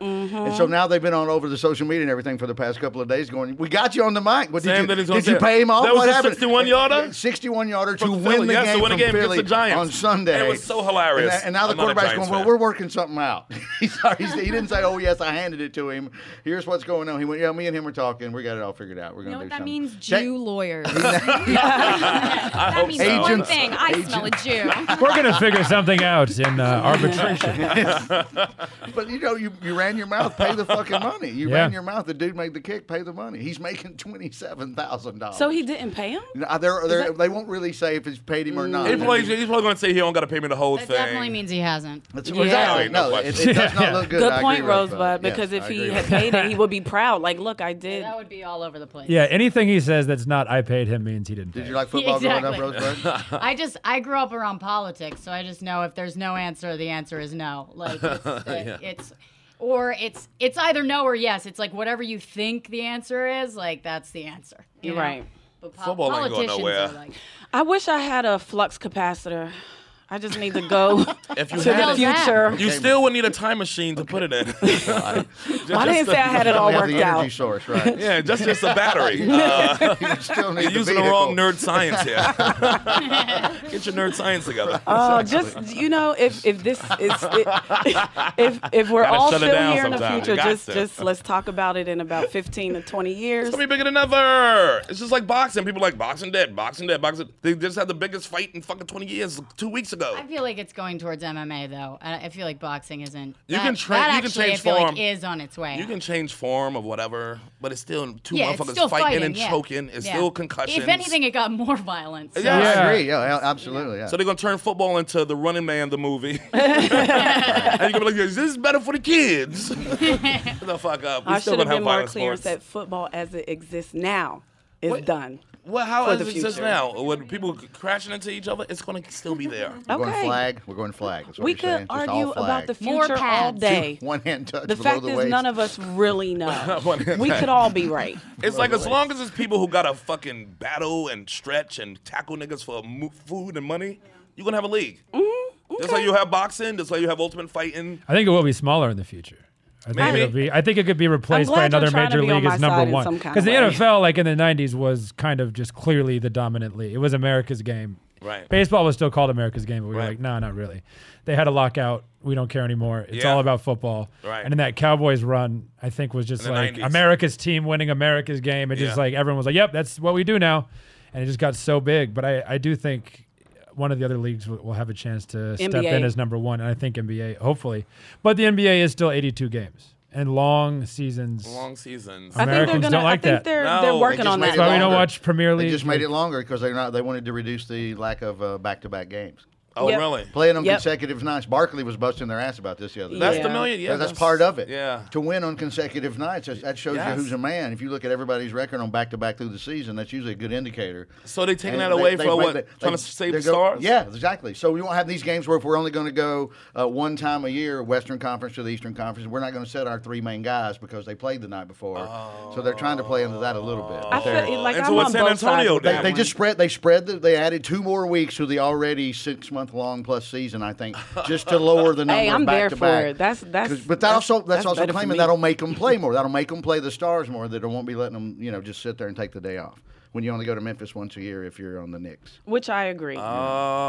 S3: And so now they've been on over the social media and everything for the past couple of days, going, "We got you on the mic. What did
S4: Saying
S3: you
S4: that he's gonna
S3: did you
S4: say-
S3: pay him off?
S4: That was
S3: what
S4: a
S3: happened?
S4: 61 yarder?
S3: Sixty one yarder to
S4: From
S3: win
S4: Philly,
S3: the
S4: yes,
S3: game
S4: to win a
S3: from
S4: game against
S3: Philly
S4: the Giants.
S3: on Sunday.
S4: It was so hilarious.
S3: And, that- and now the
S4: I'm not a
S3: quarterback's
S4: Giants
S3: going, "Well,
S4: fan."
S3: we're working something out." he's sorry, he's, he didn't say, "Oh yes, I handed it to him. Here's what's going on." He went, "Yeah, me and him are talking. We got it all figured out. We're
S6: You know
S3: going to
S6: what that
S3: do something."
S6: means?
S3: Check-
S6: Jew lawyers. that means
S3: so.
S6: one
S3: Agents.
S6: thing. I smell a Jew.
S7: We're gonna figure something out in uh, arbitration.
S3: But you know, you, you ran your mouth. Pay the fucking money. You
S7: Yeah.
S3: ran your mouth. The dude made the kick. Pay the money. He's making twenty seven thousand dollars. uh,
S5: So he didn't pay him.
S3: They're, they're, they won't really say if it's paid him or not.
S4: He's probably, he's probably gonna say he don't gotta pay me the whole
S8: That
S4: thing.
S8: definitely means he hasn't.
S3: That's-
S5: Yeah.
S3: Exactly.
S4: No
S3: No, it,
S4: question.
S3: it does not look good.
S5: Good
S3: I agree
S5: point,
S3: with Rosebud.
S5: Rosebud.
S3: Yes,
S5: Because if
S3: I
S5: he
S3: agree
S5: had
S3: with that.
S5: paid it, he would be proud. Like, look, I did.
S8: That would be all over the place.
S7: Yeah, anything he says that's not I paid him means he didn't. Pay.
S3: Did you like football growing
S8: Exactly.
S3: up, Rosebud?
S8: I just I grew up around politics, so I just know if there's no answer, the answer is no. Like it's, uh, it's or it's it's either no or yes. It's like whatever you think the answer is, like that's the answer. you
S5: You're
S8: know?
S5: right.
S8: But po-
S4: Football ain't going
S8: politicians
S4: nowhere.
S8: are like
S5: I wish I had a flux capacitor. I just need to go
S4: If you
S5: to
S4: had
S5: the
S8: it- How's
S5: future.
S8: that?
S4: You still would need a time machine to put it in.
S5: Well, I didn't say I had it all
S3: We have
S5: worked
S3: the energy
S5: out.
S3: source, right?
S4: yeah, just just a battery. Uh,
S3: You still need
S4: you're
S3: the
S4: using the wrong
S3: vehicle.
S4: nerd science here. Get your nerd science together.
S5: Uh, just you know, if if this is it, if if we're
S4: Gotta
S5: all
S4: shut it
S5: still
S4: down
S5: here in the
S4: sometime.
S5: future,
S4: You got
S5: just
S4: to.
S5: just let's talk about it in about fifteen to twenty years.
S4: It's gonna be bigger than ever. It's just like boxing. People are like boxing dead, boxing dead, boxing. They just had the biggest fight in fucking 20 years two weeks ago.
S8: I feel like it's going towards MMA though. I, I feel like boxing isn't.
S4: You
S8: that-
S4: can tra-
S8: that
S4: you can
S8: actually,
S4: change
S8: I feel
S4: form.
S8: Like is on its way.
S4: You
S8: out.
S4: can change form of whatever, but it's still two
S8: yeah, it's
S4: motherfuckers
S8: still
S4: fighting,
S8: fighting,
S4: and
S8: yeah.
S4: choking. It's
S8: Yeah.
S4: still concussions.
S8: If anything, it got more violent. so-
S4: Yeah.
S3: I
S7: Yeah.
S3: agree. Yeah, absolutely. Yeah.
S4: so they're gonna turn football into the Running Man, the movie, and you're gonna be like, "This is better for the kids." the fuck up. We
S5: I
S4: still
S5: should
S4: gonna
S5: have
S4: have
S5: been more
S4: violent
S5: clear
S4: sports.
S5: that football as it exists now is
S4: What-
S5: done.
S4: Well, how
S5: for
S4: is
S5: the
S4: it just
S5: future.
S4: now? When people crashing into each other, it's gonna still be there.
S3: We're going
S5: Okay.
S3: flag. We're going flag. That's what
S5: We
S3: you're
S5: could
S3: saying. Just all
S5: argue about
S3: flag.
S5: the
S8: More
S5: future all
S8: pads.
S5: day.
S3: One hand touch
S5: The
S3: below
S5: fact
S3: the
S5: is,
S3: waist.
S5: none of us really know.
S4: One hand
S5: we
S4: touch.
S5: could all be right.
S4: It's like as long as it's people who gotta fucking battle and stretch and tackle niggas for mo- food and money, you're gonna have a league. Mm-hmm. That's how you have boxing. That's how you have ultimate fighting.
S7: I think it will be smaller in the future. I think
S4: Maybe.
S7: it'll be. I think it could be replaced by
S5: glad you're
S7: another
S5: trying to
S7: major
S5: be on
S7: league
S5: my
S7: as number
S5: side in
S7: one.
S5: some kind
S7: Because the
S5: of way.
S7: NFL, like in the '90s, was kind of just clearly the dominant league. It was America's game.
S4: Right.
S7: Baseball was still called America's game, but we were
S4: Right.
S7: like, no, not really. They had a lockout. We don't care anymore. It's
S4: Yeah.
S7: all about football.
S4: Right.
S7: And then that Cowboys run, I think, was just
S4: In the
S7: like
S4: 90s.
S7: America's team winning America's game. It just
S4: Yeah.
S7: like everyone was like, yep, that's what we do now. And it just got so big. But I, I do think one of the other leagues will, will have a chance to step
S5: NBA.
S7: in as number one, and I think NBA hopefully. But the NBA is still 82 games, and long seasons.
S2: Long seasons.
S7: I
S5: I think they're
S7: Americans
S5: gonna.
S7: don't like
S5: I think
S7: that.
S5: they're
S2: No,
S5: they're
S2: they
S5: working
S3: just
S5: on
S3: made
S5: that.
S3: it
S7: That's why we don't
S3: longer.
S7: watch Premier League.
S3: They just made it longer because they're not. They wanted to reduce the lack of uh, back-to-back games.
S2: Oh,
S5: Yep.
S2: really?
S3: Playing them
S5: Yep.
S3: consecutive nights. Barkley was busting their ass about this the other day.
S2: That's
S5: Yeah.
S2: the million. Yeah,
S3: That- that's, part of it.
S2: Yeah.
S3: To win on consecutive nights, that, that shows
S2: Yes.
S3: you who's a man. If you look at everybody's record on back to back through the season, that's usually a good indicator.
S2: So they taking
S3: And
S2: that away
S3: they-
S2: for
S3: they-
S2: what?
S3: they-
S2: trying to
S3: they-
S2: save
S3: they
S2: the
S3: go-
S2: stars?
S3: Yeah, exactly. So we won't have these games where if we're only going to go uh, one time a year, Western Conference to the Eastern Conference, we're not going to set our three main guys because they played the night before. So they're trying to play into that a little bit.
S5: I
S3: But they're-
S5: feel like
S2: And so
S5: I'm
S2: what
S5: on
S2: San
S5: both sides
S2: Antonio
S5: with
S2: did,
S5: that
S3: they, they
S5: one.
S3: just spread. They spread. The, they added two more weeks to the already six month long plus season. I think just to lower the number.
S5: Hey, I'm
S3: of back
S5: there
S3: to
S5: for
S3: back.
S5: it. That's that's.
S3: 'Cause- but that
S5: that's-
S3: also that's, also
S5: better for
S3: claiming
S5: me.
S3: that'll make them play more. That'll make them play the stars more. That it won't be letting them you know just sit there and take the day off when you only go to Memphis once a year if you're on the Knicks.
S5: Which I agree.
S4: Uh,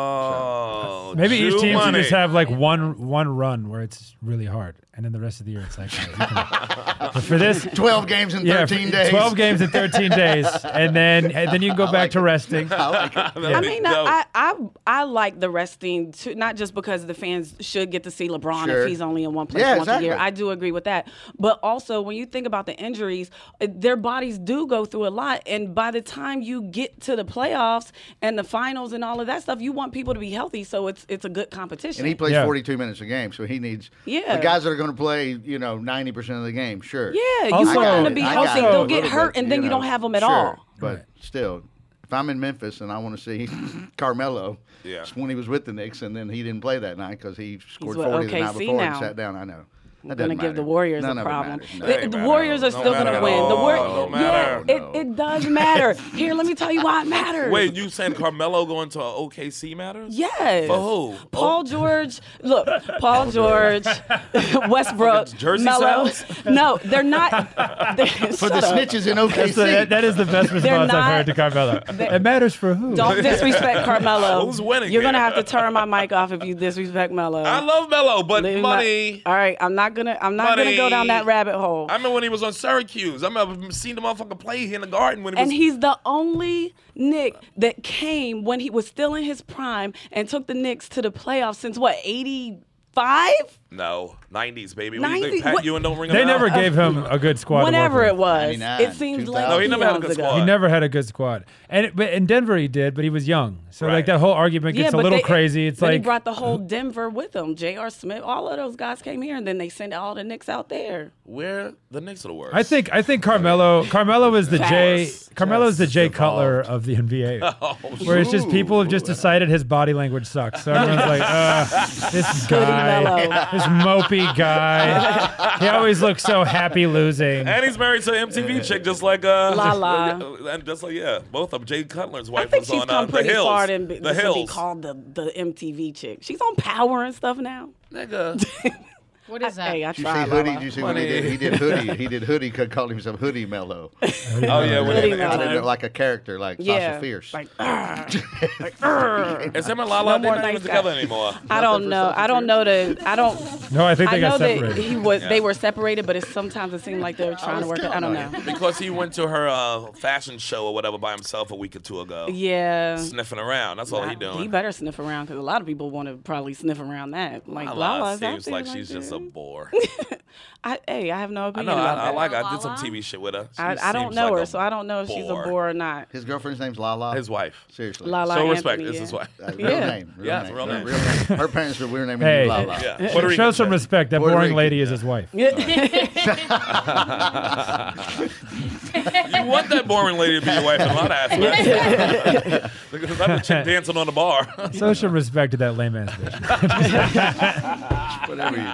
S2: Oh.
S7: Maybe
S2: Jew
S7: each team should
S2: money.
S7: just have like one one run where it's really hard, and then the rest of the year it's like all right, you can- but for this.
S3: Twelve games in
S7: Yeah,
S3: thirteen
S7: for-
S3: days.
S7: twelve games in thirteen days, and then and then you can go back to resting.
S3: I like it.
S2: That'd
S5: I
S2: be
S5: mean,
S2: dope.
S5: I, I I like the resting too, not just because the fans should get to see LeBron
S3: Sure.
S5: if he's only in one place
S3: Yeah,
S5: once a year.
S3: exactly.
S5: I do agree with that, but also when you think about the injuries, uh, their bodies do go through a lot, and by the time you get to the playoffs and the finals and all of that stuff, you want people to be healthy, so it's it's a good competition.
S3: And he plays
S7: Yeah.
S3: 42 minutes a game, so he needs
S5: Yeah.
S3: the guys that are going to play, you know, 90% of the game, sure.
S5: yeah, you
S7: Also-
S5: want them to be
S3: I got
S5: healthy.
S3: it.
S5: They'll
S3: A
S5: get
S3: little
S5: hurt,
S3: bit,
S5: and then you,
S3: know,
S5: don't have them at
S3: sure,
S5: all.
S3: But still, if I'm in Memphis and I want to see Carmelo,
S2: Yeah.
S3: it's when he was with the Knicks, and then he didn't play that night because he scored
S5: with
S3: 40 the night
S5: OKC
S3: before and
S5: now.
S3: sat down. I know.
S5: We're
S3: That
S5: gonna
S3: doesn't
S5: give the
S3: matter.
S5: Warriors
S3: None
S5: a
S3: of it
S5: problem.
S3: matters.
S5: The-
S3: No.
S5: the
S2: matter.
S5: Warriors are
S2: Don't
S5: still
S2: matter
S5: gonna
S2: at
S5: win. The
S2: all.
S5: War-
S2: Don't
S5: yeah,
S2: matter.
S5: it, it does matter. Here, let me tell you why it matters.
S2: Wait, you saying Carmelo going to OKC matters?
S5: Yes.
S2: For who? Oh.
S5: Paul George. Look, Paul George, Westbrook,
S2: Jersey
S5: Melo.
S2: sounds?
S5: No, they're not. They're,
S3: For the snitches in
S7: That's the,
S3: OKC.
S7: that- that is the best response I've
S5: not-
S7: heard to Carmelo. It matters for who?
S5: Don't disrespect Carmelo.
S2: Who's winning
S5: You're gonna
S2: here?
S5: have to turn my mic off if you disrespect Melo.
S2: I love Melo, but
S5: Leave my-
S2: money.
S5: all right, I'm not gonna. I'm not gonna go down that
S2: Money.
S5: rabbit hole.
S2: I remember when he was on Syracuse. I remember seeing the motherfucker play here in the garden when he was.
S5: and he's the only Nick that came when he was still in his prime and took the Knicks to the playoffs since what 85?
S2: no, 90s, baby. What do you
S5: 90s?
S2: think? Pat
S5: What-
S2: Ewan don't ring a
S7: They
S2: bell? Oh,
S7: never gave him a good squad. to work
S5: Whenever
S7: with.
S5: it was,
S3: 99,
S5: it seems like
S3: 2000. No,
S2: he never had a
S5: eons
S2: good
S5: ago.
S2: squad.
S7: He never had a good squad, and it, but in Denver he did, but he was young, so like
S2: Right.
S7: that whole argument gets a little crazy. It's
S5: but
S7: like
S5: he brought the whole Denver with him. J.R. Smith, all of those guys came here, and then they sent all the Knicks out there.
S2: Where the Knicks are the worst.
S7: I think I think Carmelo Carmelo is the Jay
S5: Facts.
S7: Carmelo is the
S2: Just
S7: Jay
S2: evolved.
S7: Cutler of the NBA, where it's just people have just decided his body language sucks. So everyone's like, uh, this guy,
S5: Mellow.
S7: this mopey guy, he always looks so happy losing.
S2: And he's married to an MTV chick, just like uh,
S5: La
S2: just-
S5: La.
S2: and just like yeah, both of them. Jay Cutler's
S5: I
S2: wife
S5: think
S2: was
S5: she's
S2: on uh,
S5: come
S2: the
S5: pretty
S2: Hills.
S5: far to be,
S2: the
S5: to be
S2: Hills,
S5: called the, the MTV chick. She's on Power and stuff now.
S2: nigga.
S8: What is that?
S5: Hey, I
S3: Did you see
S5: tried.
S3: hoodie?
S5: Lala.
S3: Did you see what he did? He did hoodie. He did hoodie. Could call himself hoodie mellow.
S2: Oh yeah, when they-
S5: Pretty much.
S3: And then
S5: Mellow.
S3: they're like a character, like
S5: yeah,
S3: Sasha Fierce.
S5: Like, "Argh." like, "Argh."
S2: Is him and Lala
S5: No more
S2: they're not even
S5: nice guy.
S2: together anymore?
S5: I don't know. I don't know the. I don't.
S7: No, I think they
S5: I know
S7: got
S5: that
S7: separated.
S5: he was. They were separated, but it sometimes it seemed like they were trying to work. I don't know.
S2: Because he went to her uh, fashion show or whatever by himself a week or two ago,
S5: Yeah.
S2: sniffing around. That's all
S5: I-
S2: he doing.
S5: He better sniff around because a lot of people want to probably sniff around that. Like
S2: Lala
S5: Lala's out
S2: seems
S5: there
S2: like she's just a
S5: that.
S2: bore.
S5: I, hey, I have no
S2: I
S5: opinion
S2: know.
S5: about
S2: I, I
S5: that.
S2: like. her. I did some
S6: Lala?
S2: TV shit with her. She
S5: I, I don't
S2: seems
S5: know
S2: like
S5: her,
S2: a
S5: so I don't know if she's a
S2: bore.
S5: bore or not.
S3: His girlfriend's name's Lala.
S2: His wife.
S3: Seriously.
S5: Lala
S2: So respect.
S5: Anthony,
S2: It's his
S5: yeah.
S2: wife.
S3: Uh, Real
S5: Yeah.
S3: name. Real
S2: Yeah, it's
S3: name.
S2: real name.
S3: Her parents said we were naming
S7: Hey.
S3: you Lala.
S2: Yeah. Puerto
S7: Show
S2: Rican
S7: some
S2: chick.
S7: respect. That
S3: Puerto
S7: boring
S3: Rican
S7: lady is
S3: chick.
S7: his wife.
S2: You want that boring lady to be your wife in a lot of aspects. Because I'm a chick dancing on the bar.
S7: Show some respect to that lame ass bitch.
S3: Whatever you do.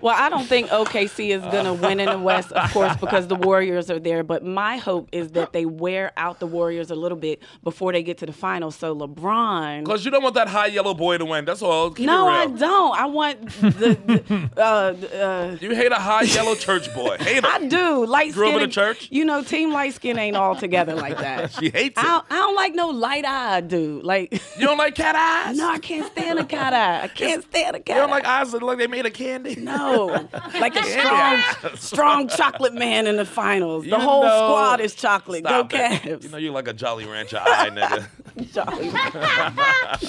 S5: Well, I don't think OKC is going to win in the West, of course, because the Warriors are there. But my hope is that they wear out the Warriors a little bit before they get to the finals. So LeBron.
S2: Because you don't want that high yellow boy to win. That's all. Keep
S5: No,
S2: it real.
S5: I don't. I want the. the uh, uh,
S2: You hate a high yellow church boy. Hate
S5: I
S2: him.
S5: do light
S2: Grew
S5: skin.
S2: up in a church?
S5: You know, team light skin ain't all together like that.
S2: She hates
S5: I
S2: it.
S5: don't, I don't like no light eyed dude. Like,
S2: You don't like cat eyes?
S5: no, I can't stand a cat eye. I can't stand a cat.
S2: You don't
S5: eye.
S2: like eyes that look like they made of candy?
S5: No, like a strong, strong chocolate man in the finals.
S2: You
S5: the whole
S2: know-
S5: squad is chocolate.
S2: Stop
S5: Go
S2: it.
S5: Cavs.
S2: You know you like a Jolly Rancher eye, nigga.
S5: Jolly.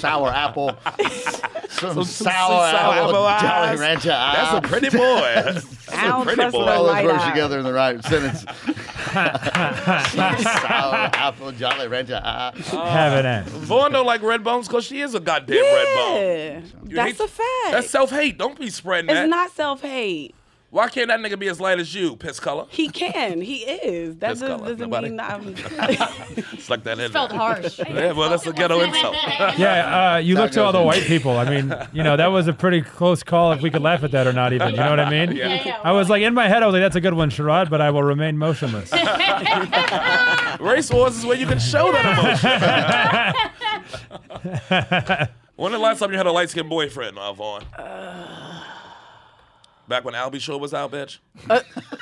S3: Sour apple. some,
S2: Some- some-
S3: sour
S2: some sour
S3: apple
S2: apple
S3: Jolly
S2: eyes.
S3: Rancher.
S2: That's a
S3: apple.
S2: pretty boy. That's
S5: I
S2: a
S5: don't
S2: pretty
S5: trust
S3: All
S2: boy.
S5: that.
S3: those
S5: Light
S3: words
S5: eye.
S3: together in the right sentence. sour apple Jolly Rancher. Ah.
S2: Oh.
S7: Have an it.
S2: Vaughn don't like red bones because she is a goddamn red bone.
S5: Yeah,
S2: You
S5: that's
S2: hate-
S5: a fact.
S2: That's self hate. Don't be spreading
S5: it's
S2: that.
S5: not self hate.
S2: Why can't that nigga be as light as you, piss color?
S5: He can. He is. That
S2: Just
S5: does,
S2: call it.
S5: doesn't
S2: Nobody-
S5: mean I'm.
S2: It's like that.
S8: Felt harsh.
S2: Yeah, well, that's a ghetto insult.
S7: Yeah, uh, you look to all the
S3: good.
S7: white people. I mean, you know, that was a pretty close call if we could laugh at that or not, even. You know what I mean?
S2: Yeah. Yeah,
S8: yeah,
S7: I was like, in my head, I was like, that's a good one, Sherrod, but I will remain motionless.
S2: Race wars is where you can show that emotion. when the last time you had a light skinned boyfriend, uh, Vaughn?
S5: Uh.
S2: Back when Albie Show was out, bitch?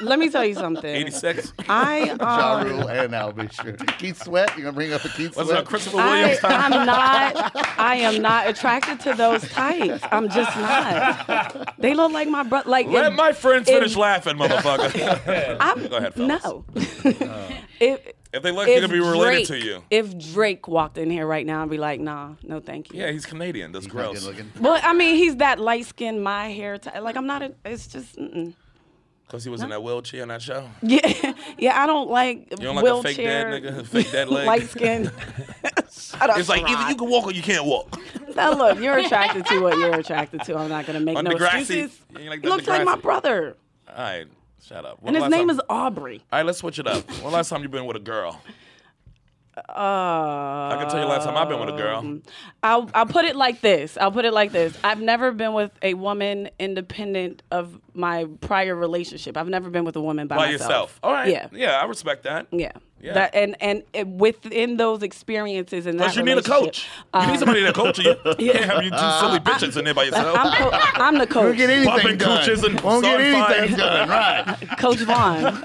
S5: Let me tell you something.
S2: 86?
S5: I
S3: Ja
S5: um,
S3: Rule and Al, be sure. Keith Sweat, you gonna bring up a Keith
S2: Was it
S3: Sweat?
S2: a Christopher
S5: I,
S2: Williams time?
S5: I'm not. I am not attracted to those types. I'm just not. They look like my brother. Like
S2: Let
S5: if-
S2: my friends
S5: if-
S2: finish laughing, motherfucker.
S5: I'm,
S2: Go ahead, fellas.
S5: no. if
S2: If they look, they're
S5: if
S2: gonna be related
S5: Drake,
S2: to you.
S5: If Drake walked in here right now, I'd be like, Nah, no, thank you.
S2: Yeah, he's Canadian. That's
S3: Not good
S2: gross.
S3: looking.
S5: Well, I mean, he's that light skinned, my hair type. Like, I'm not. A, it's just. Mm-mm.
S2: Because he was in that wheelchair on that show.
S5: Yeah, yeah. I don't like
S2: You don't like a fake dad
S5: wheelchair,
S2: nigga, fake dad leg.
S5: light skin. Shut up.
S2: It's like either
S5: Rod.
S2: you can walk or you can't walk.
S5: Now look, you're attracted to what you're attracted to. I'm not gonna make
S2: On
S5: no
S2: Degrassi.
S5: excuses.
S2: You like
S5: he looks like
S2: Degrassi.
S5: my brother,
S2: All right, shut up.
S5: and his name is Aubrey.
S2: All right, let's switch it up. When last time you been with a girl?
S5: Uh,
S2: I can tell you last time I've been with a
S5: Um,
S2: girl.
S5: I'll I'll put it like this. I'll put it like this. I've never been with a woman independent of my prior relationship. I've never been with a woman by,
S2: By
S5: myself.
S2: yourself. All right.
S5: Yeah.
S2: Yeah, I respect that.
S5: Yeah.
S2: Yeah.
S5: That, and and it, within those experiences and that
S2: But you need a coach. You need somebody to coach you. You can't have you two silly bitches in there by yourself.
S5: I'm, co- I'm the
S3: Won't
S5: coach,
S3: get anything
S2: Popping
S3: done.
S2: cooches and
S3: Won't get
S2: starting fires.
S3: anything done. Right.
S5: Coach Vaughn.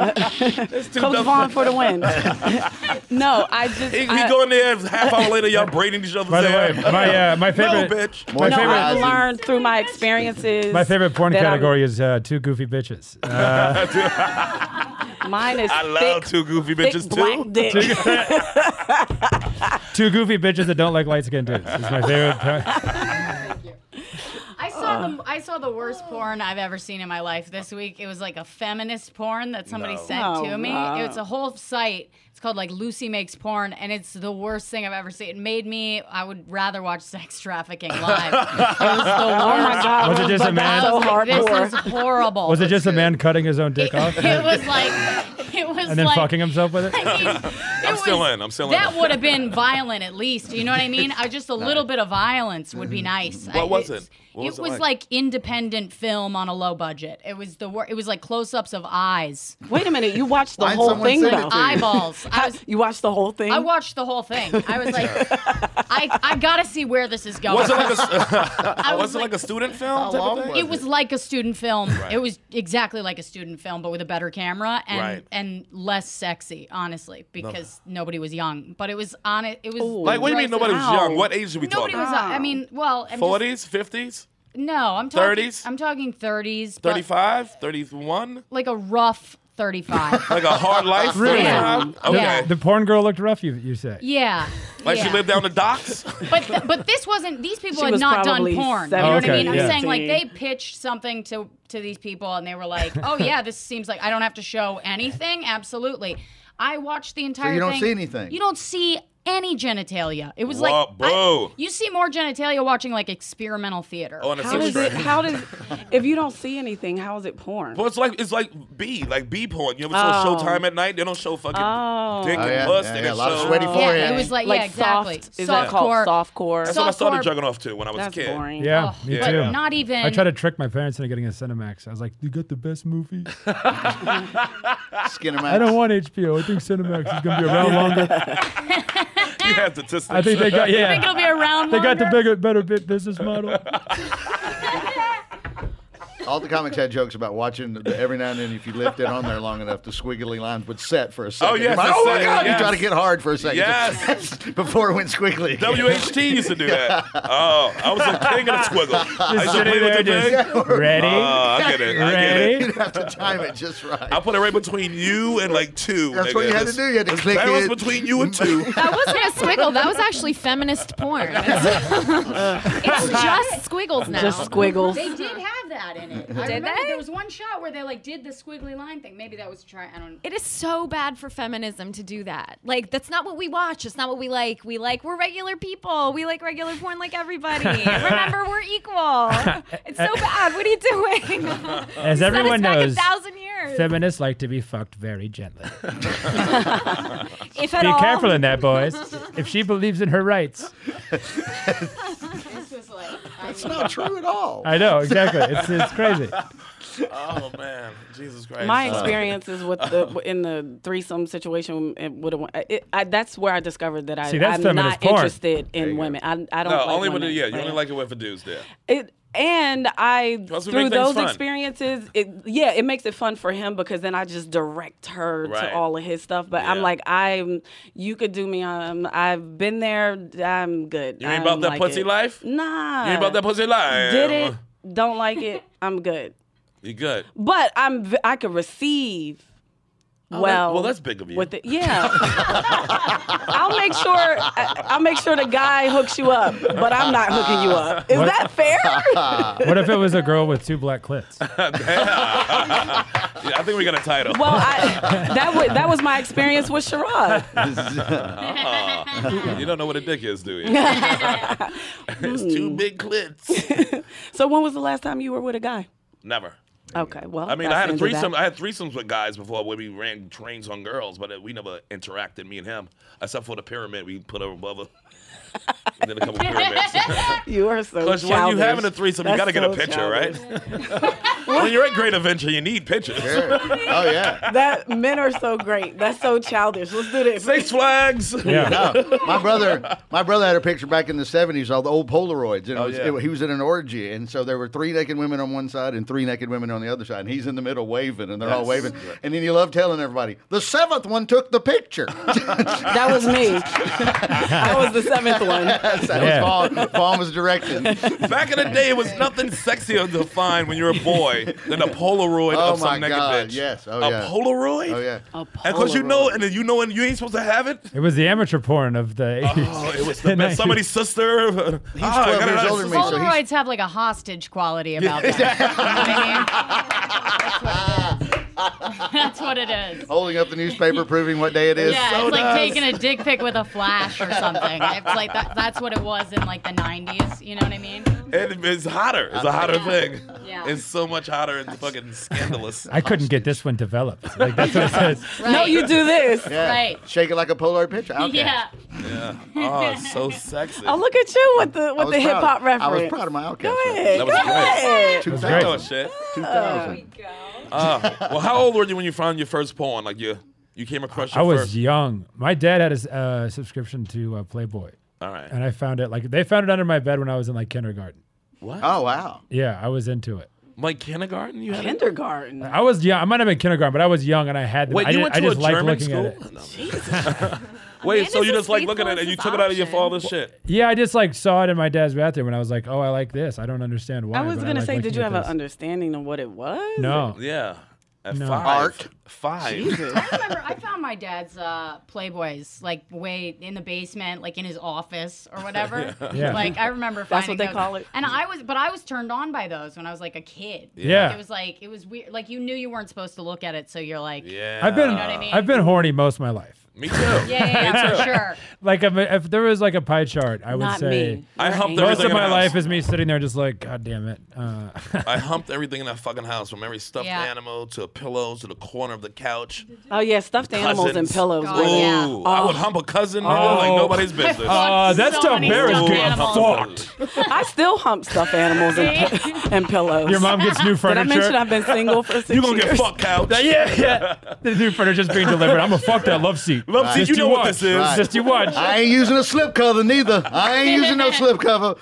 S2: It's too
S5: coach
S2: dumb.
S5: Vaughn for the win. no, I just
S2: He, he
S5: I,
S2: go in there half hour later, y'all braiding each other's
S7: By the way,
S2: hair.
S7: my uh, my
S2: no,
S7: favorite
S2: bitch.
S3: More
S5: no, I've
S3: Jazzy.
S5: learned through my experiences.
S7: my favorite porn
S5: that I'm-
S7: category is uh, two goofy bitches. Uh,
S5: Mine is
S2: I love
S5: thick,
S2: two goofy
S5: thick
S2: bitches
S5: black
S2: too.
S5: dick.
S7: two goofy bitches that don't like light skinned dudes. It's my favorite. Part.
S8: I saw the I saw the worst porn I've ever seen in my life this week. It was like a feminist porn that somebody
S2: No.
S8: sent
S5: Oh,
S8: to me.
S5: wow.
S8: It's a whole site. It's called like Lucy Makes Porn, and it's the worst thing I've ever seen. It made me. I would rather watch sex trafficking live. it was the worst.
S5: Oh my god!
S7: Was it just a
S5: but
S7: man?
S5: that's
S8: I
S5: So
S8: was like,
S5: hardcore.
S8: this is horrible.
S7: Was it just a man cutting his own dick off
S8: It
S7: and
S8: was like it was
S7: then
S8: like
S7: fucking himself with it?
S8: I mean, it
S2: I'm still
S8: was-
S2: in. I'm still in.
S8: That would have been violent, at least. You know what I mean? I just a little bit of violence would be nice.
S2: What
S8: I-
S2: was
S8: it's-
S2: it? What was
S8: it
S2: it
S8: was
S2: like?
S8: like? independent film on a low budget. It was the wor- It was like close-ups of eyes,
S5: Wait a minute! You watched the
S3: Find
S5: whole
S3: someone
S5: thing
S3: send it
S5: though.
S3: to you.
S8: eyeballs. I was.
S5: You watched the whole thing.
S8: I watched the whole thing. I was like, I, I gotta see where this is going.
S2: Was it like a,
S8: I
S2: was it like a student film? type of
S3: long
S2: thing?
S3: was
S8: it was like a student film. It was exactly like a student film, but with a better camera and
S2: Right.
S8: and less sexy, honestly, because nobody was young. But it was on it. It was
S2: Like, what do you mean nobody was
S5: Wow.
S2: young? What age are we
S8: Nobody
S2: talking?
S8: was. I mean, well, I'm
S2: 40s,
S8: just-
S2: 50s,
S8: no, I'm talking
S2: 30s?
S8: I'm talking 30s. but
S2: 35, 31?
S8: Like a rough 35.
S2: Like a hard life?
S7: Really?
S2: 35?
S8: Yeah.
S2: Okay.
S8: Yeah.
S7: The porn girl looked rough. You you say?
S8: yeah.
S2: Like
S8: yeah.
S2: she lived down the docks?
S8: but th- but this wasn't. These people
S5: She
S8: had
S5: was
S8: not done
S5: probably
S8: porn. You know what I
S7: 17,
S8: mean? I'm
S7: yeah.
S8: saying like they
S5: 18.
S8: pitched something to to these people, and they were like, "Oh yeah, this seems like I don't have to show anything." Absolutely. I watched the entire.
S3: you don't
S8: thing.
S3: see anything?
S8: You don't see any genitalia. It was
S2: Whoa,
S8: like I-
S2: boo. Oh,
S8: you see more genitalia watching like experimental theater.
S2: On a
S5: How does
S2: substrate.
S5: it? How does? If you don't see anything, how is it porn?
S2: Well, it's like it's like B, like B porn. You ever saw
S5: Oh.
S2: Showtime at night? They don't show fucking
S5: Oh.
S2: dick
S3: Oh,
S2: and
S3: yeah,
S2: puss.
S3: yeah,
S2: they
S3: yeah,
S2: just
S3: a lot of
S2: show-
S3: sweaty
S8: yeah,
S3: forehead.
S8: it was like, yeah, exactly.
S5: soft. Is that called soft core?
S2: That's when I started
S8: softcore-
S2: jugging off to when I was a
S5: That's
S2: kid.
S5: boring.
S7: Yeah,
S8: Oh,
S7: me
S8: but
S7: too.
S8: not even.
S7: I tried to trick my parents into getting a Cinemax. I was like, "You got the best movie."
S3: Skinner
S7: I don't want HBO. I think Cinemax is gonna be around longer.
S2: You had statistics.
S7: I think they got
S8: I think
S7: yeah.
S8: it'll be around.
S7: They got the
S8: longer.
S7: bigger, better bit business model.
S3: All the comics had jokes about watching the, every now and then. If you left it on there long enough, the squiggly lines would set for a second.
S2: yes,
S3: You're like,
S2: the
S3: oh my
S2: setting,
S3: god!
S2: yes.
S3: You try to get hard for a second.
S2: Yes.
S3: before it went squiggly.
S2: WHT used to do that. Oh, I was the king of the squiggle. I used to
S7: sitting
S2: play with
S7: there
S2: the big.
S7: just ready,
S2: Oh, I get it. I get it.
S7: ready.
S3: You'd have to time it just right.
S2: I put it right between you and like two.
S3: That's
S2: nigga.
S3: what you had to
S2: Just-
S3: do. You had to
S2: just
S3: click
S2: balance
S3: it.
S2: between you and two.
S9: That wasn't a squiggle. That was actually feminist porn. It's, it's just squiggles now.
S5: Just squiggles.
S8: They did have that in it. I
S6: Did
S8: remember
S6: they?
S8: there was one shot where they like did the squiggly line thing. Maybe that was trying. I don't.
S9: it is so bad for feminism to do that. Like that's not what we watch. It's not what we like. We like we're regular people. We like regular porn like everybody. Remember, we're equal. It's so bad. What are you doing?
S7: As
S9: Set us
S7: everyone
S9: back
S7: knows,
S9: a thousand years.
S7: feminists like to be fucked very gently.
S9: if at
S7: Be
S9: all.
S7: careful in that, boys. If she believes in her rights,
S8: This was like. I
S3: It's not true at all.
S7: I know exactly. It's, it's crazy.
S2: Oh man, Jesus Christ. Uh,
S5: My experiences with
S2: Oh.
S5: the in the threesome situation and with a, it, I, that's where I discovered that I,
S7: See, that's
S5: I'm not
S7: feminist porn.
S5: interested in women. I, I don't.
S2: no,
S5: like
S2: only
S5: women,
S2: when yeah, you only
S5: right?
S2: like it when for dudes there.
S5: It, and I
S2: wants to
S5: through
S2: make things
S5: those
S2: fun.
S5: experiences, it yeah, it makes it fun for him because then I just direct her
S2: Right.
S5: to all of his stuff. But I'm
S2: Yeah.
S5: like, I'm you could do me. Um, I've been there. I'm good.
S2: You ain't
S5: I
S2: about
S5: don't
S2: that
S5: like
S2: pussy
S5: it.
S2: life?
S5: Nah.
S2: You ain't about that pussy life.
S5: Did it? Don't like it. I'm good.
S2: You good?
S5: But I'm v- I could receive.
S2: Oh, that-
S5: well,
S2: well, that's big of you.
S5: With it, yeah, I'll make sure I, I'll make sure the guy hooks you up, but I'm not hooking you up. Is
S7: What?
S5: that fair?
S7: What if it was a girl with two black clits?
S2: Yeah, I think we got a title.
S5: Well, I, that was that was my experience with Sherrod.
S2: you don't know what a dick is, do you? it's two
S5: Mm.
S2: big clits.
S5: So when was the last time you were with a guy?
S2: Never.
S5: Okay, well,
S2: I mean, I had a
S5: that's the end of
S2: threesome.
S5: that.
S2: I had threesomes with guys before when we ran trains on girls, but uh, we never interacted, me and him, except for the pyramid we put above. A, and then a couple pyramids.
S5: You are so.
S2: Plus, when you
S5: childish.
S2: having a threesome, you
S5: That's
S2: gotta get a
S5: so
S2: picture,
S5: childish.
S2: right? when you're at Great Adventure, you need pictures.
S3: Sure. Oh yeah.
S5: That men are so great. That's so childish. Let's do this.
S2: Six Flags.
S7: Yeah.
S3: No, my brother, my brother had a picture back in the seventies, all the old Polaroids, and it
S2: Oh,
S3: was,
S2: yeah.
S3: it- he was in an orgy, and so there were three naked women on one side and three naked women on the other side, and he's in the middle waving, and they're all
S2: Yes.
S3: waving, and then you love telling everybody the seventh one took the picture.
S5: That was me. I was the seventh one.
S3: That's that
S7: Yeah.
S3: was Vaughn. Vaughn was directing.
S2: Back in the day, it was nothing sexier to find when you're a boy than a Polaroid
S3: Oh
S2: of some
S3: my
S2: naked
S3: God,
S2: bitch.
S3: yes. Oh,
S2: a
S3: yeah.
S2: Polaroid.
S3: Oh yeah.
S5: A
S2: And because you
S5: Polaroid.
S2: know, and then you know, and you ain't supposed to have it.
S7: It was the amateur porn of the 80s.
S2: Oh, it was the
S7: And I-
S2: best. Somebody's sister. Ah, He's
S3: He's 12 years older than me, so he's-
S8: Polaroids have like a hostage quality about them. That's what it is.
S3: holding up the newspaper, proving what day it is.
S8: Yeah,
S2: so
S8: it's like
S2: nice.
S8: taking a dick pic with a flash or something. It's like that, that's what it was in like the 90s. You know what I mean?
S2: And it's hotter. It's a hotter thing.
S8: Yeah.
S2: It's so much hotter and fucking scandalous.
S7: I couldn't get this one developed. Like that's what it says.
S8: Right.
S5: No, you do this.
S3: Yeah.
S8: Right.
S3: Shake it like a Polaroid picture. Okay.
S8: Yeah.
S2: Oh, it's so sexy.
S5: Oh, look at you with the
S3: I
S5: with
S3: was
S5: the hip
S3: proud.
S5: hop reference.
S3: I was proud of my outcast.
S5: Go ahead.
S2: That was
S5: go
S2: great.
S5: ahead.
S3: Two
S7: great.
S2: Oh
S3: thousand.
S2: shit.
S3: Two thousand.
S2: Oh. well, how old were you when you found your first porn? Like you, you came across your
S7: I was
S2: first.
S7: young. My dad had a s- uh, subscription to uh, Playboy,
S2: All right.
S7: and I found it like they found it under my bed when I was in like kindergarten.
S2: What?
S3: Oh wow.
S7: Yeah, I was into it.
S2: Like kindergarten? You had it?
S5: Kindergarten.
S7: I was young. I might have been kindergarten, but I was young and I had. Them.
S2: Wait,
S7: I
S2: you
S7: did-
S2: went
S7: I
S2: to a
S7: just liked
S2: German
S7: looking
S2: school? Oh,
S7: at it.
S2: No. Wait, so
S6: Amanda's
S2: you
S6: as
S2: just like looking
S6: faithful
S2: at it
S6: as
S2: and you
S6: his
S2: took it out of your
S6: option.
S2: father's shit.
S7: Yeah, I just like saw it in my dad's bathroom, and I was like, "Oh, I like this. I don't understand why."
S5: I was
S7: but
S5: gonna
S7: like
S5: say,
S7: looking
S5: did you
S7: at
S5: have an
S7: this."
S5: understanding of what it was?
S7: No,
S2: Yeah. At
S7: No.
S2: five.
S3: Art.
S2: Five.
S8: I remember I found my dad's uh, Playboys like way in the basement, like in his office or whatever.
S7: Yeah.
S8: Like I remember
S5: That's
S8: finding
S5: what they
S8: those.
S5: call it.
S8: And I was, but I was turned on by those when I was like a kid.
S7: Yeah.
S8: It was like it was weird. Like you knew you weren't supposed to look at it, so you're like,
S2: Yeah.
S7: I've been
S8: what I mean?
S7: I've been horny most of my life.
S2: Me too.
S8: yeah, yeah, yeah for sure.
S7: Like if, if there was like a pie chart, I would
S5: Not
S7: say
S5: me.
S2: I humped
S7: most
S2: everything
S7: of
S2: in
S7: my
S2: the
S7: life
S2: house.
S7: is me sitting there just like, "God damn it." Uh,
S2: I humped everything in that fucking house, from every stuffed
S8: Yeah.
S2: animal to pillows to the corner of the couch.
S5: Oh yeah, stuffed animals and
S2: Cousins.
S5: pillows.
S8: God,
S2: Ooh,
S5: were-
S8: yeah.
S2: I would hump a cousin nigga, like
S7: Oh.
S2: nobody's business.
S7: uh,
S8: Fuck,
S7: that's
S8: so
S7: to
S8: many
S7: embarrass
S8: stuffed
S7: me. I'm
S8: animals.
S7: fucked.
S5: I still hump stuffed animals and, pi- and pillows.
S7: Your mom gets new
S5: Did I
S7: furniture.
S5: mention I've been single for six
S2: You gonna get
S5: years?
S2: fucked couch?
S7: yeah, yeah. The new furniture's being delivered. I'm gonna fuck that love seat.
S2: Love, see,
S3: Just
S2: you
S3: you
S2: know what
S3: watch,
S2: this is.
S3: right. Just you watch. I ain't using a slip cover neither. I ain't using no slip cover.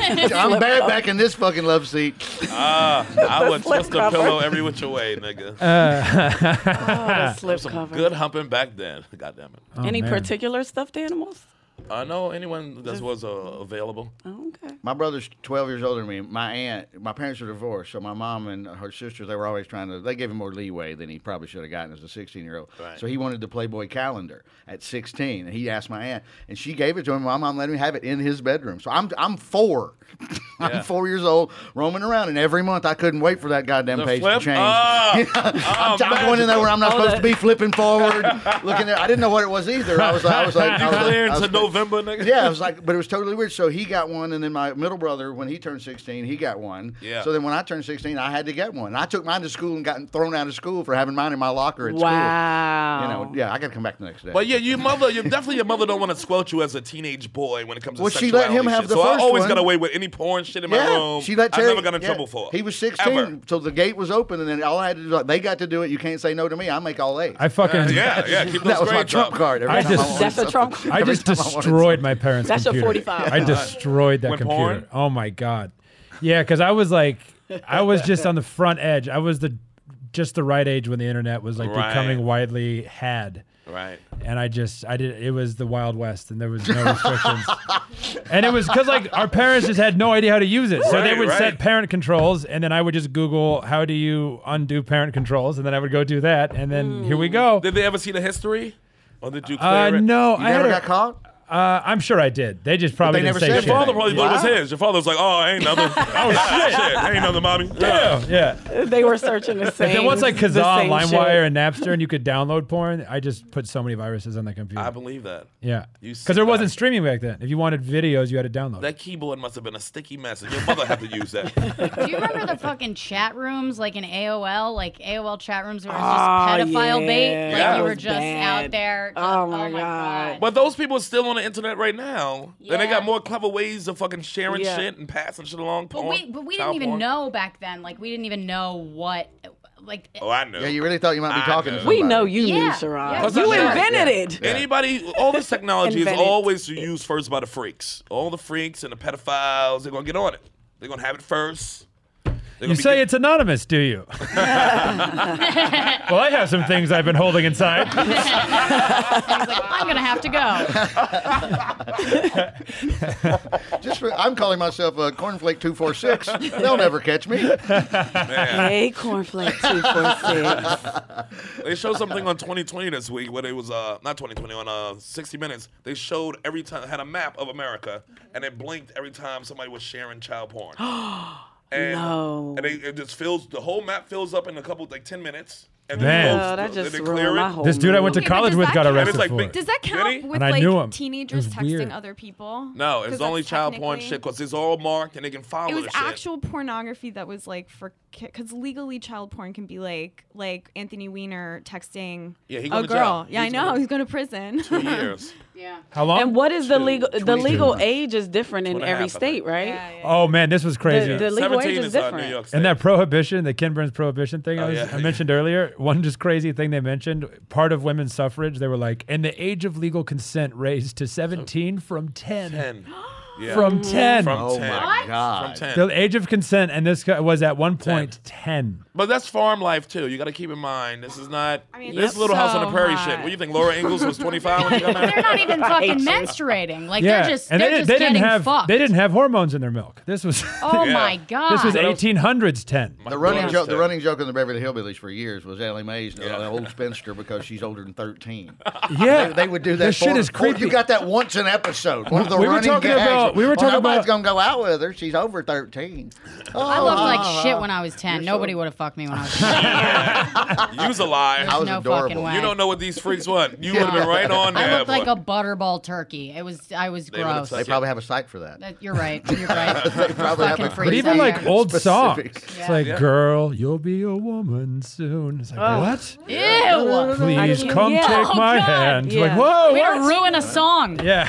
S3: I'm bad back in this fucking love seat.
S2: Ah, I would
S3: slip
S2: twist a
S3: cover.
S2: pillow every which way, nigga.
S7: Uh,
S5: the slip
S2: Some
S5: cover.
S2: Good humping back then. God damn it.
S7: Oh,
S5: Any particular stuffed animals?
S2: I know anyone that was uh, available.
S5: Okay.
S3: My brother's 12 years older than me. My aunt, my parents were divorced, so my mom and her sisters, they were always trying to, they gave him more leeway than he probably should have gotten as a 16 year old.
S2: Right.
S3: So he wanted the Playboy calendar at 16, and he asked my aunt, and she gave it to him. My mom let him have it in his bedroom. So I'm, I'm four.
S2: Yeah.
S3: I'm four years old, roaming around, and every month I couldn't wait for that goddamn
S2: The
S3: page
S2: flip?
S3: to change.
S2: Ah.
S3: Yeah.
S2: Ah,
S3: I'm, I'm going in there where I'm not
S2: magical.
S3: supposed to be flipping forward, looking there. I didn't know what it was either. I was like, I was like, I
S2: you
S3: was like-
S2: clear
S3: I was
S2: into November, nigga.
S3: yeah, it was like, but it was totally weird. So he got one, and then my middle brother, when he turned 16, he got one.
S2: Yeah.
S3: So then when I turned 16, I had to get one. And I took mine to school and got thrown out of school for having mine in my locker at
S5: Wow.
S3: school. You know, yeah, I got to come back the next day.
S2: But yeah, your mother, you definitely your mother don't want to squelch you as a teenage boy when it comes to
S3: Well, she let
S2: sexuality
S3: him have
S2: shit.
S3: the
S2: So I
S3: first
S2: always
S3: one.
S2: got away with any porn shit in my
S3: yeah,
S2: room.
S3: she let
S2: I
S3: Terry.
S2: never got in
S3: yeah.
S2: trouble for. it.
S3: He was 16,
S2: Ever.
S3: so the gate was open, and then all I had to do, like, they got to do it. You can't say no to me. I make all A's.
S7: I fucking
S2: Uh, yeah, yeah, keep those
S3: that was my
S2: grades
S3: trump
S2: up.
S3: card. Every
S7: I
S3: time
S7: just-
S3: wanted
S5: That's a
S3: something.
S5: trump
S7: I
S3: Every
S7: just
S3: time wanted
S7: destroyed my parents'
S5: That's a
S7: computer.
S5: 45.
S7: I destroyed that
S2: Went
S7: computer.
S2: porn?
S7: Oh my god. Yeah, because I was like, I was just on the front edge. I was the just the right age when the internet was like
S2: Right.
S7: becoming widely had.
S2: Right.
S7: And I just, I did. It was the Wild West, and there was no restrictions. and it was because like our parents just had no idea how to use it, so
S2: Right,
S7: they would
S2: right.
S7: set parent controls, and then I would just Google how do you undo parent controls, and then I would go do that, and
S5: Hmm.
S7: then here we go.
S2: Did they ever see the history? Or did you clear
S7: Uh,
S2: it?
S7: no,
S3: You
S7: I had
S3: never
S7: a-
S3: got caught?
S7: uh, I'm sure I did. They just probably
S3: they never
S7: didn't say
S3: said
S2: Your
S7: shit.
S2: father probably blew his
S3: Wow.
S2: hands. Your father was like, "Oh, ain't nothing. oh shit, ain't nothing, mommy." Yeah.
S7: Yeah.
S5: They were searching the same.
S7: And then once like
S5: the
S7: Kazaa,
S5: same shit.
S7: LimeWire, and Napster, and you could download porn, I just put so many viruses on the computer.
S2: I believe that.
S7: yeah,
S2: You
S7: because
S2: see
S7: there wasn't
S2: that.
S7: streaming back then. If you wanted videos, you had to download.
S2: That keyboard must have been a sticky mess, and your mother had to use that.
S8: Do you remember the fucking chat rooms, like in AOL, like AOL chat rooms where it
S5: Oh,
S7: Ah,
S8: was just pedophile bait?
S5: yeah.
S8: Like
S2: Yeah.
S8: you
S2: It
S8: were
S5: was
S8: just
S5: bad.
S8: out there. Just,
S5: Oh, my God.
S2: But those people are still on the internet right now, and they got more clever ways of fucking sharing
S5: Yeah.
S2: shit and passing shit along.
S8: But
S2: porn,
S8: we, but we
S2: child
S8: didn't even
S2: porn.
S8: know back then. Like we didn't even know what, like.
S2: Oh, I know.
S3: Yeah, you really thought you might be
S2: I
S3: talking
S2: know.
S3: to somebody.
S5: We know you knew,
S8: Yeah. Yeah.
S5: Sharad.
S8: Plus,
S5: You
S2: I know.
S5: invented it.
S2: Anybody, all this technology is
S5: Invented.
S2: always used first by the freaks. All the freaks and the pedophiles, they're gonna get on it. They're gonna have it first. They're
S7: You
S2: gonna be
S7: say
S2: get-
S7: it's anonymous, do you? well, I have some things I've been holding inside.
S8: He's like, I'm gonna have to go.
S3: Just for, I'm calling myself a cornflake 246. They'll never catch me.
S2: Man.
S5: Hey, cornflake two four six.
S2: They showed something on 2020 this week where they was uh not 2020 on uh 60 Minutes. They showed every time had a map of America and it blinked every time somebody was sharing child porn. and,
S5: No.
S2: And they, it just fills the whole map fills up in a couple like 10 minutes. And
S7: Man.
S2: then it goes-
S5: Oh, that
S2: then
S5: just
S2: they
S5: ruined
S2: clear
S5: my
S2: it.
S5: whole.
S7: This dude I went to
S5: mood.
S6: but
S7: college
S6: does
S7: with
S6: that
S7: got
S6: count?
S7: arrested
S2: It's like
S7: for
S2: big-
S7: it.
S6: Does that count
S2: Really?
S6: with
S7: And I
S6: like
S7: knew him.
S6: teenagers
S7: It was
S6: texting
S7: weird.
S6: other people?
S2: No,
S6: 'Cause
S2: it's only
S6: that's
S2: child porn
S6: technically-
S2: shit because it's all marked and they can follow
S6: It was
S2: the shit.
S6: actual pornography that was like for because legally child porn can be like like Anthony Weiner texting
S2: Yeah, he
S6: a
S2: going to
S6: girl.
S2: jail.
S6: Yeah, I
S2: He's
S6: know
S2: gonna-
S6: he's going to prison.
S2: Two years.
S8: Yeah.
S7: How long?
S5: And what is the
S2: Two,
S5: legal? The
S2: 22.
S5: legal age is different in
S2: Two and a
S5: every
S2: half, I think.
S5: state, right?
S6: Yeah, yeah.
S7: oh man, this was crazy.
S5: The legal
S2: 17
S5: age is
S2: is uh, New
S5: different.
S2: York State.
S7: And that prohibition, the Ken Burns prohibition thing
S2: Oh,
S7: I, was,
S2: yeah.
S7: I mentioned earlier, one just crazy thing they mentioned, part of women's suffrage, they were like, and the age of legal consent raised to 17 from 10.
S2: 10. Yeah.
S7: From
S8: Mm.
S7: 10.
S2: From
S3: Oh
S2: 10.
S3: my God.
S2: From 10.
S7: the age of consent, and this guy was at one point 10.
S2: But that's farm life too. You got to keep in mind this is not
S6: mean,
S2: this
S6: it's
S2: little house on the
S6: so
S2: prairie
S6: hot.
S2: shit. What do you think? Laura Ingalls was 25 when she got
S8: They're
S2: married.
S8: not even fucking menstruating. Like
S7: yeah,
S8: they're just
S7: and
S8: they're
S7: they, didn't-
S8: just
S7: they
S8: getting
S7: didn't have
S8: fucked.
S7: they didn't have hormones in their milk. This was
S8: Oh
S2: Yeah.
S8: my god.
S7: this was 1800s 10.
S3: The running
S2: Daughter's
S3: joke, the
S2: ten.
S3: running joke in the Beverly Hillbillies for years was Ellie Mae's an
S2: Yeah.
S3: old spinster because she's older than thirteen.
S7: Yeah,
S3: They would do that.
S7: This
S3: for
S7: shit
S3: her.
S7: is
S3: Or
S7: creepy.
S3: You got that once an episode. One of the
S7: We were
S3: running
S7: talking
S3: gags.
S7: about- we were
S3: Well,
S7: talking
S3: nobody's
S7: about-
S3: gonna go out with her. She's over thirteen. Oh,
S8: I looked
S3: ah,
S8: like shit
S3: ah.
S8: when I was 10
S3: You're so-
S8: Nobody would have fucked me when I was 10.
S2: You's a lie.
S3: I was
S8: no
S3: adorable.
S8: fucking way.
S2: You don't know what these freaks want. You would have been right on there.
S8: I looked like
S2: boy.
S8: a butterball turkey. It was I was
S2: would've
S8: gross.
S3: They
S2: sucked
S3: probably have a site for that.
S8: That- You're right. You're right.
S3: They probably have
S8: Fucking
S3: a
S8: freak.
S7: but even
S8: Yeah.
S7: like old
S3: Specific.
S7: songs, it's
S8: Yeah.
S7: like,
S2: Yeah.
S7: "Girl, you'll be a woman soon." It's like, what?
S8: Ew.
S7: Please
S5: can't-
S7: come
S5: Oh. yeah.
S7: take
S5: Oh,
S7: my
S8: God.
S7: hand. Like,
S5: Yeah.
S7: whoa,
S8: Way
S7: what?
S8: to ruin a song.
S7: Yeah.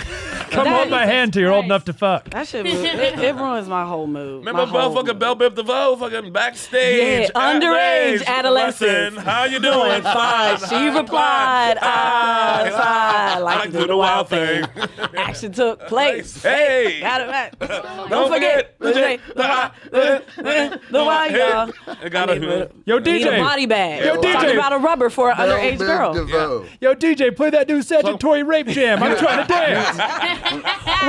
S7: Come hold my hand till you're old enough to fuck.
S5: That shit, was, it, it ruins my whole mood.
S2: Remember,
S5: my whole
S2: motherfucker, Bell Bip DeVoe, fucking backstage.
S5: Yeah,
S2: at
S5: underage
S2: rage,
S5: adolescence.
S2: lesson. How you doing? Fine.
S5: She replied, "Ah, I, I, like to do the wild thing. Action took place.
S2: Hey.
S5: Got it back. Don't,
S2: Don't
S5: forget,
S2: forget the J,
S5: the J, the I, the, the, the Y,
S2: Hey,
S5: y'all.
S2: I got
S5: need
S2: a
S7: Yo,
S5: Need a
S7: DJ.
S5: body bag.
S2: Yo,
S5: Talking
S7: DJ.
S5: about a rubber for an underage girl.
S7: Yo, DJ, play that new statutory rape jam. I'm trying to dance.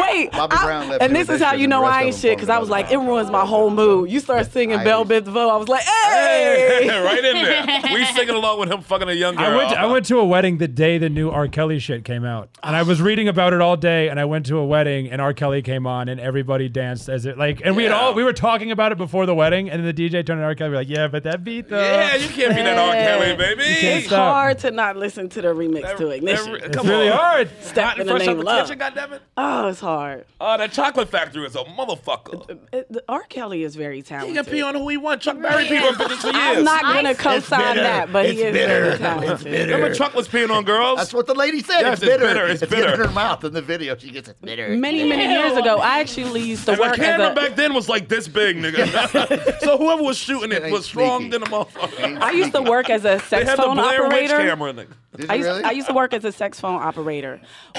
S5: Wait,
S3: Bobby
S5: I-
S3: Brown left
S5: and
S3: him
S5: this is
S3: with
S5: how
S3: that
S5: you
S3: shit,
S5: know
S3: and
S5: I
S3: the rest
S5: ain't
S3: of
S5: shit
S3: them
S5: because I was
S3: fucking
S5: like, it ruins my whole mood. You start singing
S3: I
S5: Bell
S3: agree.
S5: Bit DeVoe, I was like, hey.
S2: right in there. We singing along with him fucking a young girl.
S7: I went, I uh, went to a wedding the day the new R. Kelly shit came out. And I was reading about it all day. And I went to a wedding and R. Kelly came on and everybody danced as it like, and we had
S2: Yeah.
S7: all, we were talking about it before the wedding. And then the DJ turned to R. Kelly, we were like, yeah, but that beat though.
S2: yeah, you can't be that R. Kelly, baby.
S7: can't
S5: It's
S7: stop.
S5: hard to not listen to the remix to Ignition.
S2: Every-
S7: It's
S2: come
S7: really
S2: on.
S7: hard.
S5: Step
S2: Hot
S5: in
S2: and
S5: the
S2: fresh out
S5: name
S2: the
S5: of love.
S2: kitchen, goddammit.
S5: Oh, it's hard.
S2: Oh, that chocolate factory is a motherfucker.
S5: It- the- R. Kelly is very
S2: He can
S5: talented.
S2: pee on who he wants. Chuck Berry peed on bitches for years.
S5: I'm not gonna co-sign
S3: bitter.
S5: that, but he
S3: It's
S5: is
S3: bitter.
S5: very
S3: It's
S5: talented.
S2: Remember Chuck was peeing on girls?
S3: That's what the lady said.
S2: Yes,
S3: it's,
S2: it's
S3: bitter.
S2: bitter, it's
S3: in
S2: bitter.
S3: her mouth in the video. She gets it bitter.
S5: Many, many years ago, I actually used to
S2: and the
S5: work as
S2: camera
S5: a.
S2: back then was like this big, nigga. so whoever was shooting it
S3: Ain't
S2: was strong
S3: sneaky.
S2: than a motherfucker.
S5: I used to work as
S2: They
S5: a sex
S2: had the
S5: phone
S2: Blair Witch
S5: operator.
S2: camera, nigga.
S3: Did
S5: I
S3: you
S5: used,
S3: really?
S5: I used to work as a sex phone operator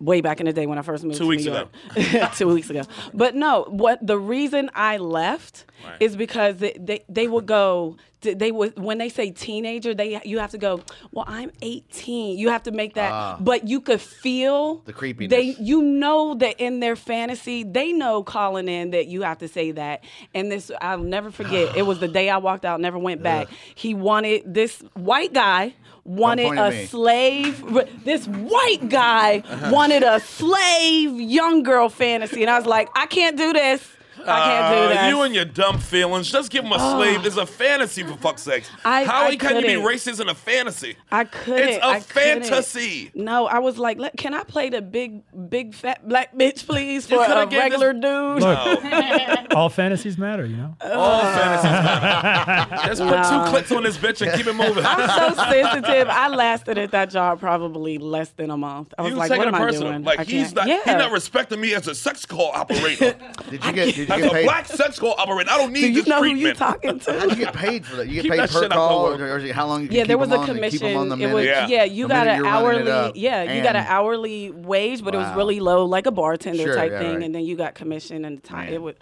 S5: way back in the day when I first moved
S2: Two
S5: to
S2: weeks
S5: New York. Two weeks ago. But no, what the reason I left is because they, they, they would go they would when they say teenager, they you have to go, Well, I'm eighteen. You have to make that but you could feel
S3: Ah. The creepiness.
S5: They you know that in their fantasy, they know calling in that you have to say that. And this I'll never forget. it was the day I walked out, never went back. He wanted this white guy wanted
S3: point at
S5: a
S3: me.
S5: slave. This white guy
S2: Uh-huh.
S5: wanted a slave young girl fantasy, and I was like, I can't do this. I can't
S2: Uh,
S5: do this.
S2: You and your dumb feelings. Just give him a slave. It's a fantasy for fuck's sake.
S5: I-
S2: How
S5: I
S2: he can you be
S5: couldn't.
S2: racist in a fantasy?
S5: I couldn't.
S2: It's a
S5: I couldn't.
S2: fantasy.
S5: No, I was like, "Let- can I play the big, big fat black bitch, please, for
S2: coulda
S5: a
S2: gave this-
S5: regular dude?
S7: Look, all fantasies matter, you know?
S2: All fantasies matter. Just put two clicks on this bitch and keep it moving.
S5: I'm so sensitive. I lasted at that job probably less than a month. I was
S2: You
S5: like,
S2: taking
S5: what
S2: it
S5: am I
S2: personal.
S5: doing?
S2: Like
S5: I
S2: he's
S5: can't."
S2: not
S5: yeah.
S2: he's not respecting me as a sex call operator.
S3: Did you get? Did you
S2: as
S3: get
S2: a
S3: paid?
S2: black sex call operator. I don't need
S5: Do you
S2: this
S5: know who
S2: treatment.
S5: you talking
S3: How do
S5: to?
S3: you get paid for that? You
S2: Keep
S3: get paid
S2: that
S3: per
S2: shit out the
S3: call,
S2: world.
S3: or, or is it how long you can
S5: Yeah,
S3: keep
S5: there was a
S3: them on and keep them on the
S5: commission. It
S3: minute?
S5: was
S2: Yeah.
S5: yeah, you
S3: The
S5: got
S3: minute
S5: an
S3: you're running it
S5: hourly
S3: up.
S5: yeah, you got an
S3: And-
S5: hourly wage, but it was
S3: Wow.
S5: really low, like a bartender
S3: Sure,
S5: type
S3: yeah,
S5: thing,
S3: right.
S5: and then you got commission and the time.
S3: Man.
S5: It would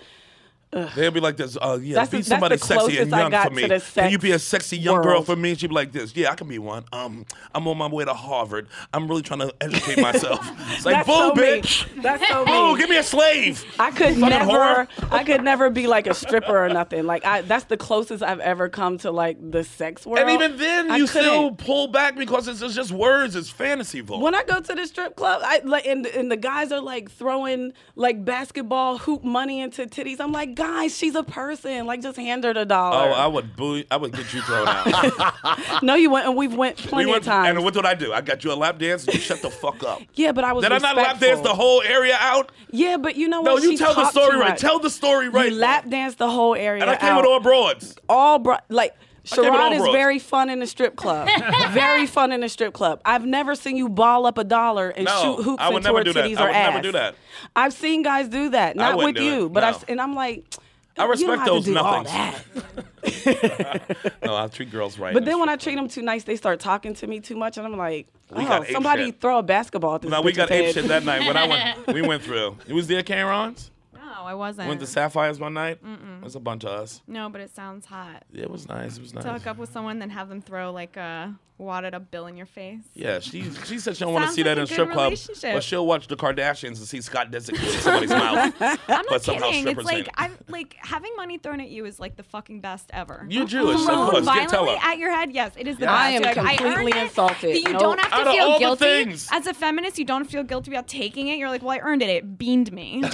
S2: They'll be like this. Uh, yeah,
S5: That's
S2: be
S5: the- that's
S2: somebody
S5: the
S2: sexy and
S5: closest I
S2: young
S5: got
S2: for me.
S5: to the
S2: Can you
S5: sex
S2: be a sexy young girl
S5: world.
S2: for me? She'd be like this. Yeah, I can be one. Um, I'm on my way to Harvard. I'm really trying to educate myself. It's like,
S5: that's so
S2: boo,
S5: me.
S2: bitch.
S5: That's so
S2: Boo,
S5: me.
S2: give me a slave.
S5: I could
S2: fucking
S5: never,
S2: whore.
S5: I could never be like a stripper or nothing. Like I, that's the closest I've ever come to like the sex world.
S2: and even then,
S5: I
S2: you
S5: couldn't.
S2: still pull back because it's, it's just words. It's fantasy vogue.
S5: When I go to the strip club, I like and, and the guys are like throwing like basketball hoop money into titties. I'm like, guys, she's a person. Like just hand her the
S2: oh,
S5: dollar.
S2: I would boo. I would get you thrown out.
S5: no, you went and we've went plenty
S2: went,
S5: of times.
S2: And what's what I do? I got you a lap dance. You shut the fuck up.
S5: yeah, but I was
S2: Did I not lap
S5: respectful.
S2: dance the whole area out?
S5: Yeah, but you know
S2: No,
S5: what?
S2: you
S5: She
S2: tell the
S5: talked
S2: story
S5: too
S2: right.
S5: much.
S2: Tell the story right.
S5: You lap danced the whole area.
S2: And I came
S5: out.
S2: with all broads.
S5: all bro- like
S2: gave it all
S5: Sharon is
S2: bros.
S5: very fun in a strip club. very fun in a strip club. I've never seen you ball up a dollar and
S2: No,
S5: shoot hoops
S2: I would
S5: into
S2: never
S5: her
S2: do that.
S5: titties
S2: I
S5: or
S2: would
S5: ass.
S2: never do that.
S5: I've seen guys do that, not
S2: wouldn't
S5: with
S2: do it,
S5: you, but I've
S2: no.
S5: s- and I'm like,
S2: I
S5: you
S2: respect
S5: don't have
S2: those
S5: to do all
S2: nothings.
S5: that.
S2: No, I treat girls right.
S5: But then when I treat them too nice, they start talking to me too much, and I'm like,
S2: We got
S5: oh,
S2: ape
S5: somebody
S2: shit.
S5: throw a basketball at this
S2: now we
S5: bitch's
S2: got
S5: head.
S2: ape shit that night when I went, we went through. You was there, Camerons?
S6: No, I wasn't.
S2: Went to
S5: Uh-uh.
S2: Sapphires one night. Mm-mm. It was a bunch of us.
S6: no, but it sounds hot.
S2: Yeah, it was nice. It was nice.
S6: To hook up with someone, then have them throw like a wadded up bill in your face.
S2: Yeah, she she said she don't want to
S6: Sounds
S2: see that
S6: like
S2: in
S6: a
S2: a
S6: good
S2: strip club,
S6: relationship.
S2: but she'll watch the Kardashians and see Scott Disick in somebody's mouth.
S6: I'm
S2: But
S6: not
S2: somehow
S6: kidding. It's
S2: strippers ain't.
S6: like I'm like having money thrown at you is like the fucking best ever.
S2: You Jewish, of
S6: Thrown
S2: course. You tell
S6: violently
S2: her.
S6: at your head. Yes, it is the
S2: Yeah.
S5: I am
S6: best. You're like, I earned
S5: completely
S6: it.
S5: insulted.
S6: You
S5: No.
S6: don't have
S2: Out
S6: to
S2: of all
S6: feel
S2: the
S6: guilty.
S2: things.
S6: As a feminist, you don't feel guilty about taking it. You're like, well, I earned it. It beamed me. I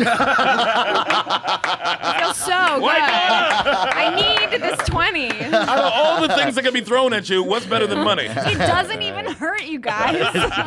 S6: feel so Oh, good. I need this 20. It
S2: Out of all the things that can be thrown at you, what's better than money?
S6: doesn't even hurt you guys.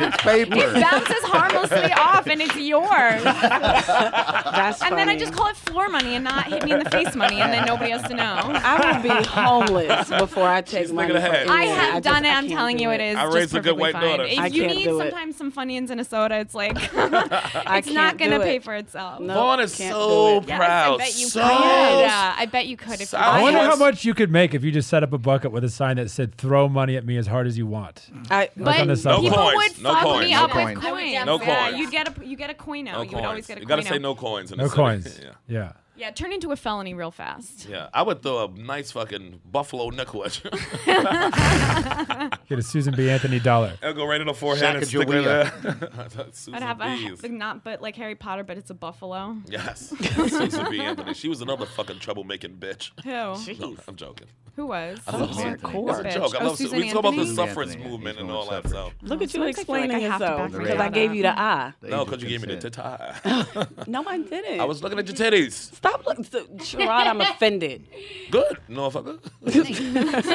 S3: It's paper.
S6: Bounces harmlessly off and it's yours.
S5: That's
S6: And then I
S5: funny.
S6: just call it floor money and not hit me in the face money and then nobody has to know.
S5: I will be homeless before I take
S2: thinking
S5: money. from
S2: ahead.
S5: anyone.
S6: I have
S5: just-
S6: done it.
S5: I
S6: I'm
S5: can't
S6: telling
S5: do
S6: you, it is.
S2: I
S6: just
S2: raised a good
S6: perfectly
S2: white
S6: fine.
S2: daughter.
S6: If
S5: I
S6: you
S5: can't
S6: need
S5: do it.
S6: sometimes some Funyuns in a soda, it's like it's not
S5: can't
S6: gonna
S5: do
S6: pay
S5: it.
S6: for itself.
S5: No,
S2: Vaughn is
S5: can't
S2: so
S5: do it.
S2: proud.
S6: I bet you
S2: so
S6: could. Yeah, I bet you could. If you
S2: I
S7: I wonder
S2: Yes.
S7: how much you could make if you just set up a bucket with a sign that said "Throw money at me as hard as you want."
S2: Mm.
S5: I,
S7: Like on the
S6: But
S7: subway.
S6: people
S2: coins,
S6: would
S2: no
S6: fuck
S2: coins.
S6: me
S2: No
S6: up
S3: coins.
S6: with
S8: I would
S6: coins.
S8: No
S6: yeah,
S2: coins.
S6: you get a you get a coino.
S2: No
S6: you
S2: coins.
S6: would always get a
S2: you gotta
S6: coino.
S2: say no coins. In
S7: No
S2: this city.
S7: coins.
S2: Yeah.
S7: Yeah.
S6: Yeah, turn into a felony real fast.
S2: Yeah, I would throw a nice fucking buffalo nickel at you.
S7: Get a Susan B. Anthony dollar.
S2: I'll go right in the forehead and stick it there. Susan
S6: I'd have a
S2: B's.
S6: like, not but like Harry Potter, but it's a buffalo.
S2: Yes, Susan B. Anthony. She was another fucking troublemaking bitch.
S6: Who?
S2: No, I'm joking.
S6: Who was?
S2: Uh-huh. That's a
S6: Bitch.
S2: joke. I
S6: Oh,
S2: love Su-
S6: Susan
S2: we talk about the
S6: Anthony?
S2: suffrage
S3: Anthony.
S2: movement
S3: He's
S2: and
S3: going
S2: all that
S3: suffrage.
S2: stuff.
S5: look at you
S6: Sounds like I feel like
S5: explaining
S6: I have to
S5: yourself
S6: back
S5: because I
S6: myself
S5: gave
S6: up.
S5: you the eye.
S2: No, because you gave me the tit eye.
S5: No, I didn't.
S2: I was looking at your titties.
S5: Stop looking, so- Sherrod. I'm offended.
S2: Good, motherfucker. It's
S5: What's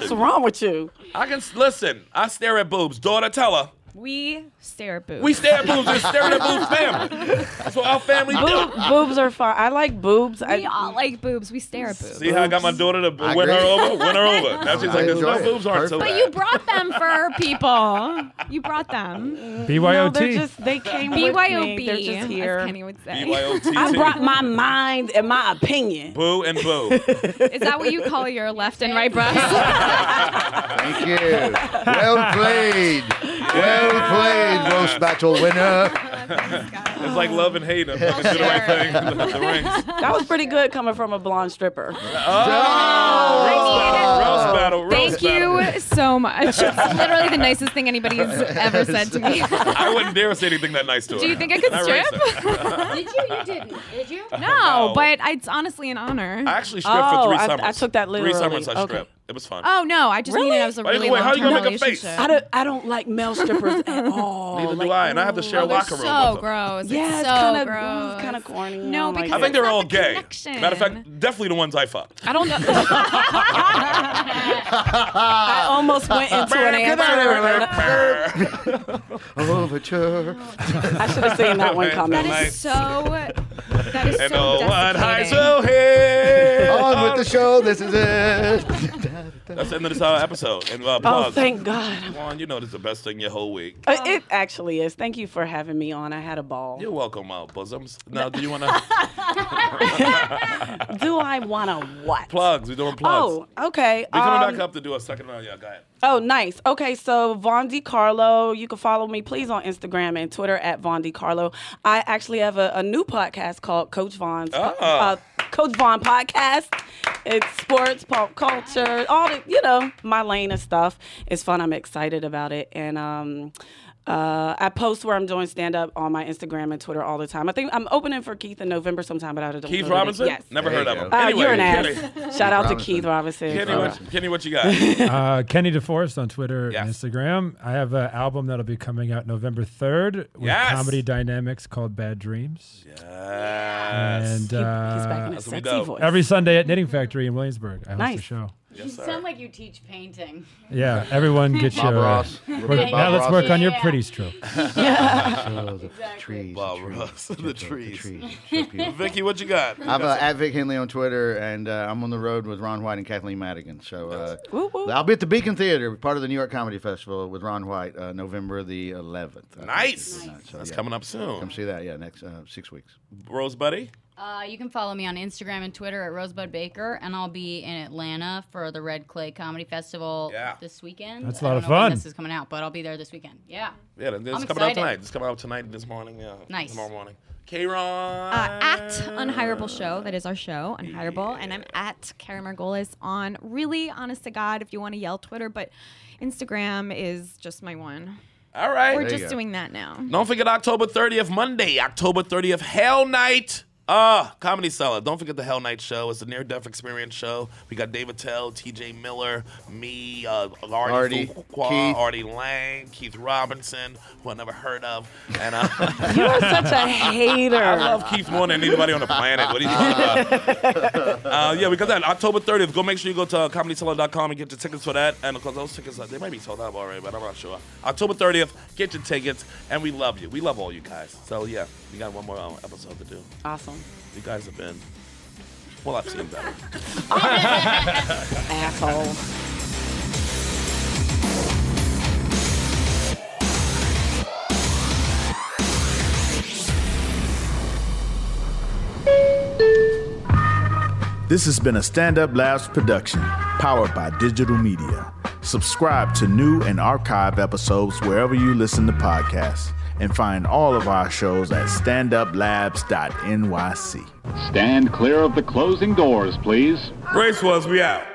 S2: emotion.
S5: wrong with you?
S2: I can s- listen. I stare at boobs. Daughter, tell her.
S6: We stare at boobs.
S2: We stare at boobs and stare at boobs family. That's what our family do.
S5: Boob, boobs are fine. I like boobs. I,
S6: We all like boobs. We stare at boobs.
S2: See how I got my daughter to
S3: I
S2: win her
S3: agree.
S2: over? Win her over. Now she's
S3: I
S2: like, there's no
S3: enjoy it.
S2: boobs aren't so
S3: Perfect.
S2: bad.
S6: But you brought them for her people. You brought them.
S5: no, they're
S7: BYOT.
S5: just they came with
S6: BYOB.
S5: me. They're just
S6: As
S5: here.
S6: Kenny would say.
S2: BYOTT.
S5: I brought my mind and my opinion.
S2: Boo and boo.
S6: Is that what you call your left and right breast?
S3: Thank you. Well played. Well played, roast battle winner.
S2: It's like love and hate. I'm fucking do the right thing. The rings.
S5: That was pretty good coming from a blonde stripper.
S2: Roast battle. Roast
S6: Thank
S2: battle.
S6: you so much. It's literally the nicest thing anybody's ever said to me.
S2: I wouldn't dare say anything that nice to her.
S6: Do you think I could
S2: Not raised
S6: strip?
S2: her.
S8: Did you? You didn't. Did you?
S6: No,
S2: No.
S6: but it's honestly an honor.
S2: I actually stripped for
S5: Oh,
S2: three
S5: I-
S2: summers.
S5: I took that
S2: Three
S5: literally.
S2: summers I
S5: Okay.
S2: stripped. It was fun.
S6: Oh no, I just
S5: Really?
S6: mean it was a
S2: By the
S6: really
S2: way, how you
S6: long-term
S2: gonna make a face?
S6: relationship.
S5: I don't, I don't like male strippers at all.
S2: Neither
S5: Like,
S2: do I, and I have to share a
S6: Oh, they're
S2: locker room.
S6: so
S2: with them.
S6: gross.
S5: Yeah,
S6: it's
S5: it's
S6: so
S5: kinda-
S6: gross.
S5: it's kinda corny. Oh I
S6: No,
S5: don't like
S6: because
S5: it.
S2: I think
S6: it's
S2: they're
S6: not
S2: all
S6: the
S2: gay.
S6: connection.
S2: Matter of fact, definitely the ones I fucked.
S6: I don't know.
S5: I almost went into an answer.
S3: Overture.
S5: I should have seen that one coming.
S2: That
S6: That is so. That is
S2: and
S6: so
S2: all one high
S6: desiccating.
S2: so hey.
S3: On with the show. This is it.
S2: That's the end of this uh, episode. And uh,
S5: Oh,
S2: plug.
S5: thank God.
S2: Juan, you know this is the best thing your whole week.
S5: Uh, It actually is. Thank you for having me on. I had a ball.
S2: You're welcome, out bosoms. Now, do you want to
S5: Do I want to what?
S2: plugs? We're doing plugs.
S5: Oh, okay.
S2: We're coming
S5: um,
S2: back up to do a second round. Yeah, go ahead.
S5: Oh, nice. Okay, so Von Carlo, you can follow me please on Instagram and Twitter at Von Carlo. I actually have a, a new podcast called Coach Von's
S2: Ah.
S5: uh, Coach Von Podcast. It's sports, pop culture, all the you know my lane of stuff. It's fun. I'm excited about it, and um, uh, I post where I'm doing stand up on my Instagram and Twitter all the time. I think I'm opening for Keith in November sometime, but I don't. know the
S2: Keith
S5: date.
S2: Robinson?
S5: Yes.
S2: Never
S3: There
S2: heard
S3: you
S2: of
S3: go.
S2: him.
S5: Uh,
S2: anyway,
S5: you're an ass.
S2: Kenny,
S5: Shout out
S3: Robinson.
S5: to Keith Robinson.
S2: Kenny,
S5: for-
S2: what, Kenny, what you got?
S7: Uh, Kenny DeForest on Twitter and
S2: Yes.
S7: Instagram. I have an album that'll be coming out November 3rd with
S2: Yes.
S7: Comedy Dynamics called Bad Dreams.
S2: yes.
S7: And
S5: He-
S7: uh,
S5: he's back in his
S2: That's what we
S5: sexy
S2: do.
S5: voice.
S7: every Sunday at Knitting Factory in Williamsburg, I host a
S5: Nice.
S7: show.
S8: you sound like you teach painting.
S7: Yeah, everyone gets
S3: Bob
S7: your.
S3: Ross.
S7: Work- now let's work on your
S8: Yeah.
S7: pretty stroke.
S3: Oh, the trees.
S2: Bob
S3: the trees,
S2: Ross,
S3: the
S2: the
S3: trees. The
S2: trees.
S3: trees. So beautiful.
S2: Vicky, what you got?
S3: I'm uh, at Vic Henley on Twitter, and uh, I'm on the road with Ron White and Kathleen Madigan. So uh,
S5: Woo, woo.
S3: I'll be at the Beacon Theater, part of the New York Comedy Festival, with Ron White, uh, November the 11th. I think
S2: Nice.
S3: it is. So,
S2: That's
S3: yeah.
S2: coming up soon.
S3: Come see that, yeah, next uh, six weeks.
S2: Rose Buddy?
S8: Uh, you can follow me on Instagram and Twitter at Rosebud Baker, and I'll be in Atlanta for the Red Clay Comedy Festival
S2: Yeah.
S8: this weekend.
S7: That's a
S8: I
S7: lot
S8: don't
S7: of
S8: know when
S7: fun.
S8: This is coming out, but I'll be there this weekend. Yeah.
S2: Yeah, it's coming out
S8: excited.
S2: tonight. It's coming out tonight, this morning. Yeah,
S8: Nice.
S2: Tomorrow morning. K Ron.
S6: Uh, at Unhireable Show, that is our show, Unhireable, and I'm at Karen Margolis on really honest to God if you want to yell Twitter, but Instagram is just my one.
S2: All right.
S6: We're
S3: you
S6: just
S3: go.
S6: doing that now.
S2: Don't forget October 30th, Monday, October 30th, Hell Night. Ah, Comedy Cellar. Don't forget the Hell Night show. It's a near death experience show. We got David Tell, TJ Miller, me, uh,
S3: Artie,
S2: Artie, Fuqua,
S3: Keith.
S2: Artie Lang, Keith Robinson, who I never heard of. And uh,
S5: You are such a hater.
S2: I love Keith more than anybody on the planet. What are you talking about? Uh, yeah, we got that October 30th. Go make sure you go to uh, comedyseller.com and get your tickets for that. And of course, those tickets, uh, they might be sold out already, but I'm not sure. October 30th, get your tickets. And we love you. We love all you guys. So, yeah, we got one more um, episode to do.
S5: Awesome.
S2: You guys have been, well, I've seen better.
S5: Asshole.
S3: This has been a Stand Up Labs production, powered by digital media. Subscribe to new and archive episodes wherever you listen to podcasts, and find all of our shows at standuplabs.nyc.
S7: Stand clear of the closing doors, please.
S2: Race was, we out.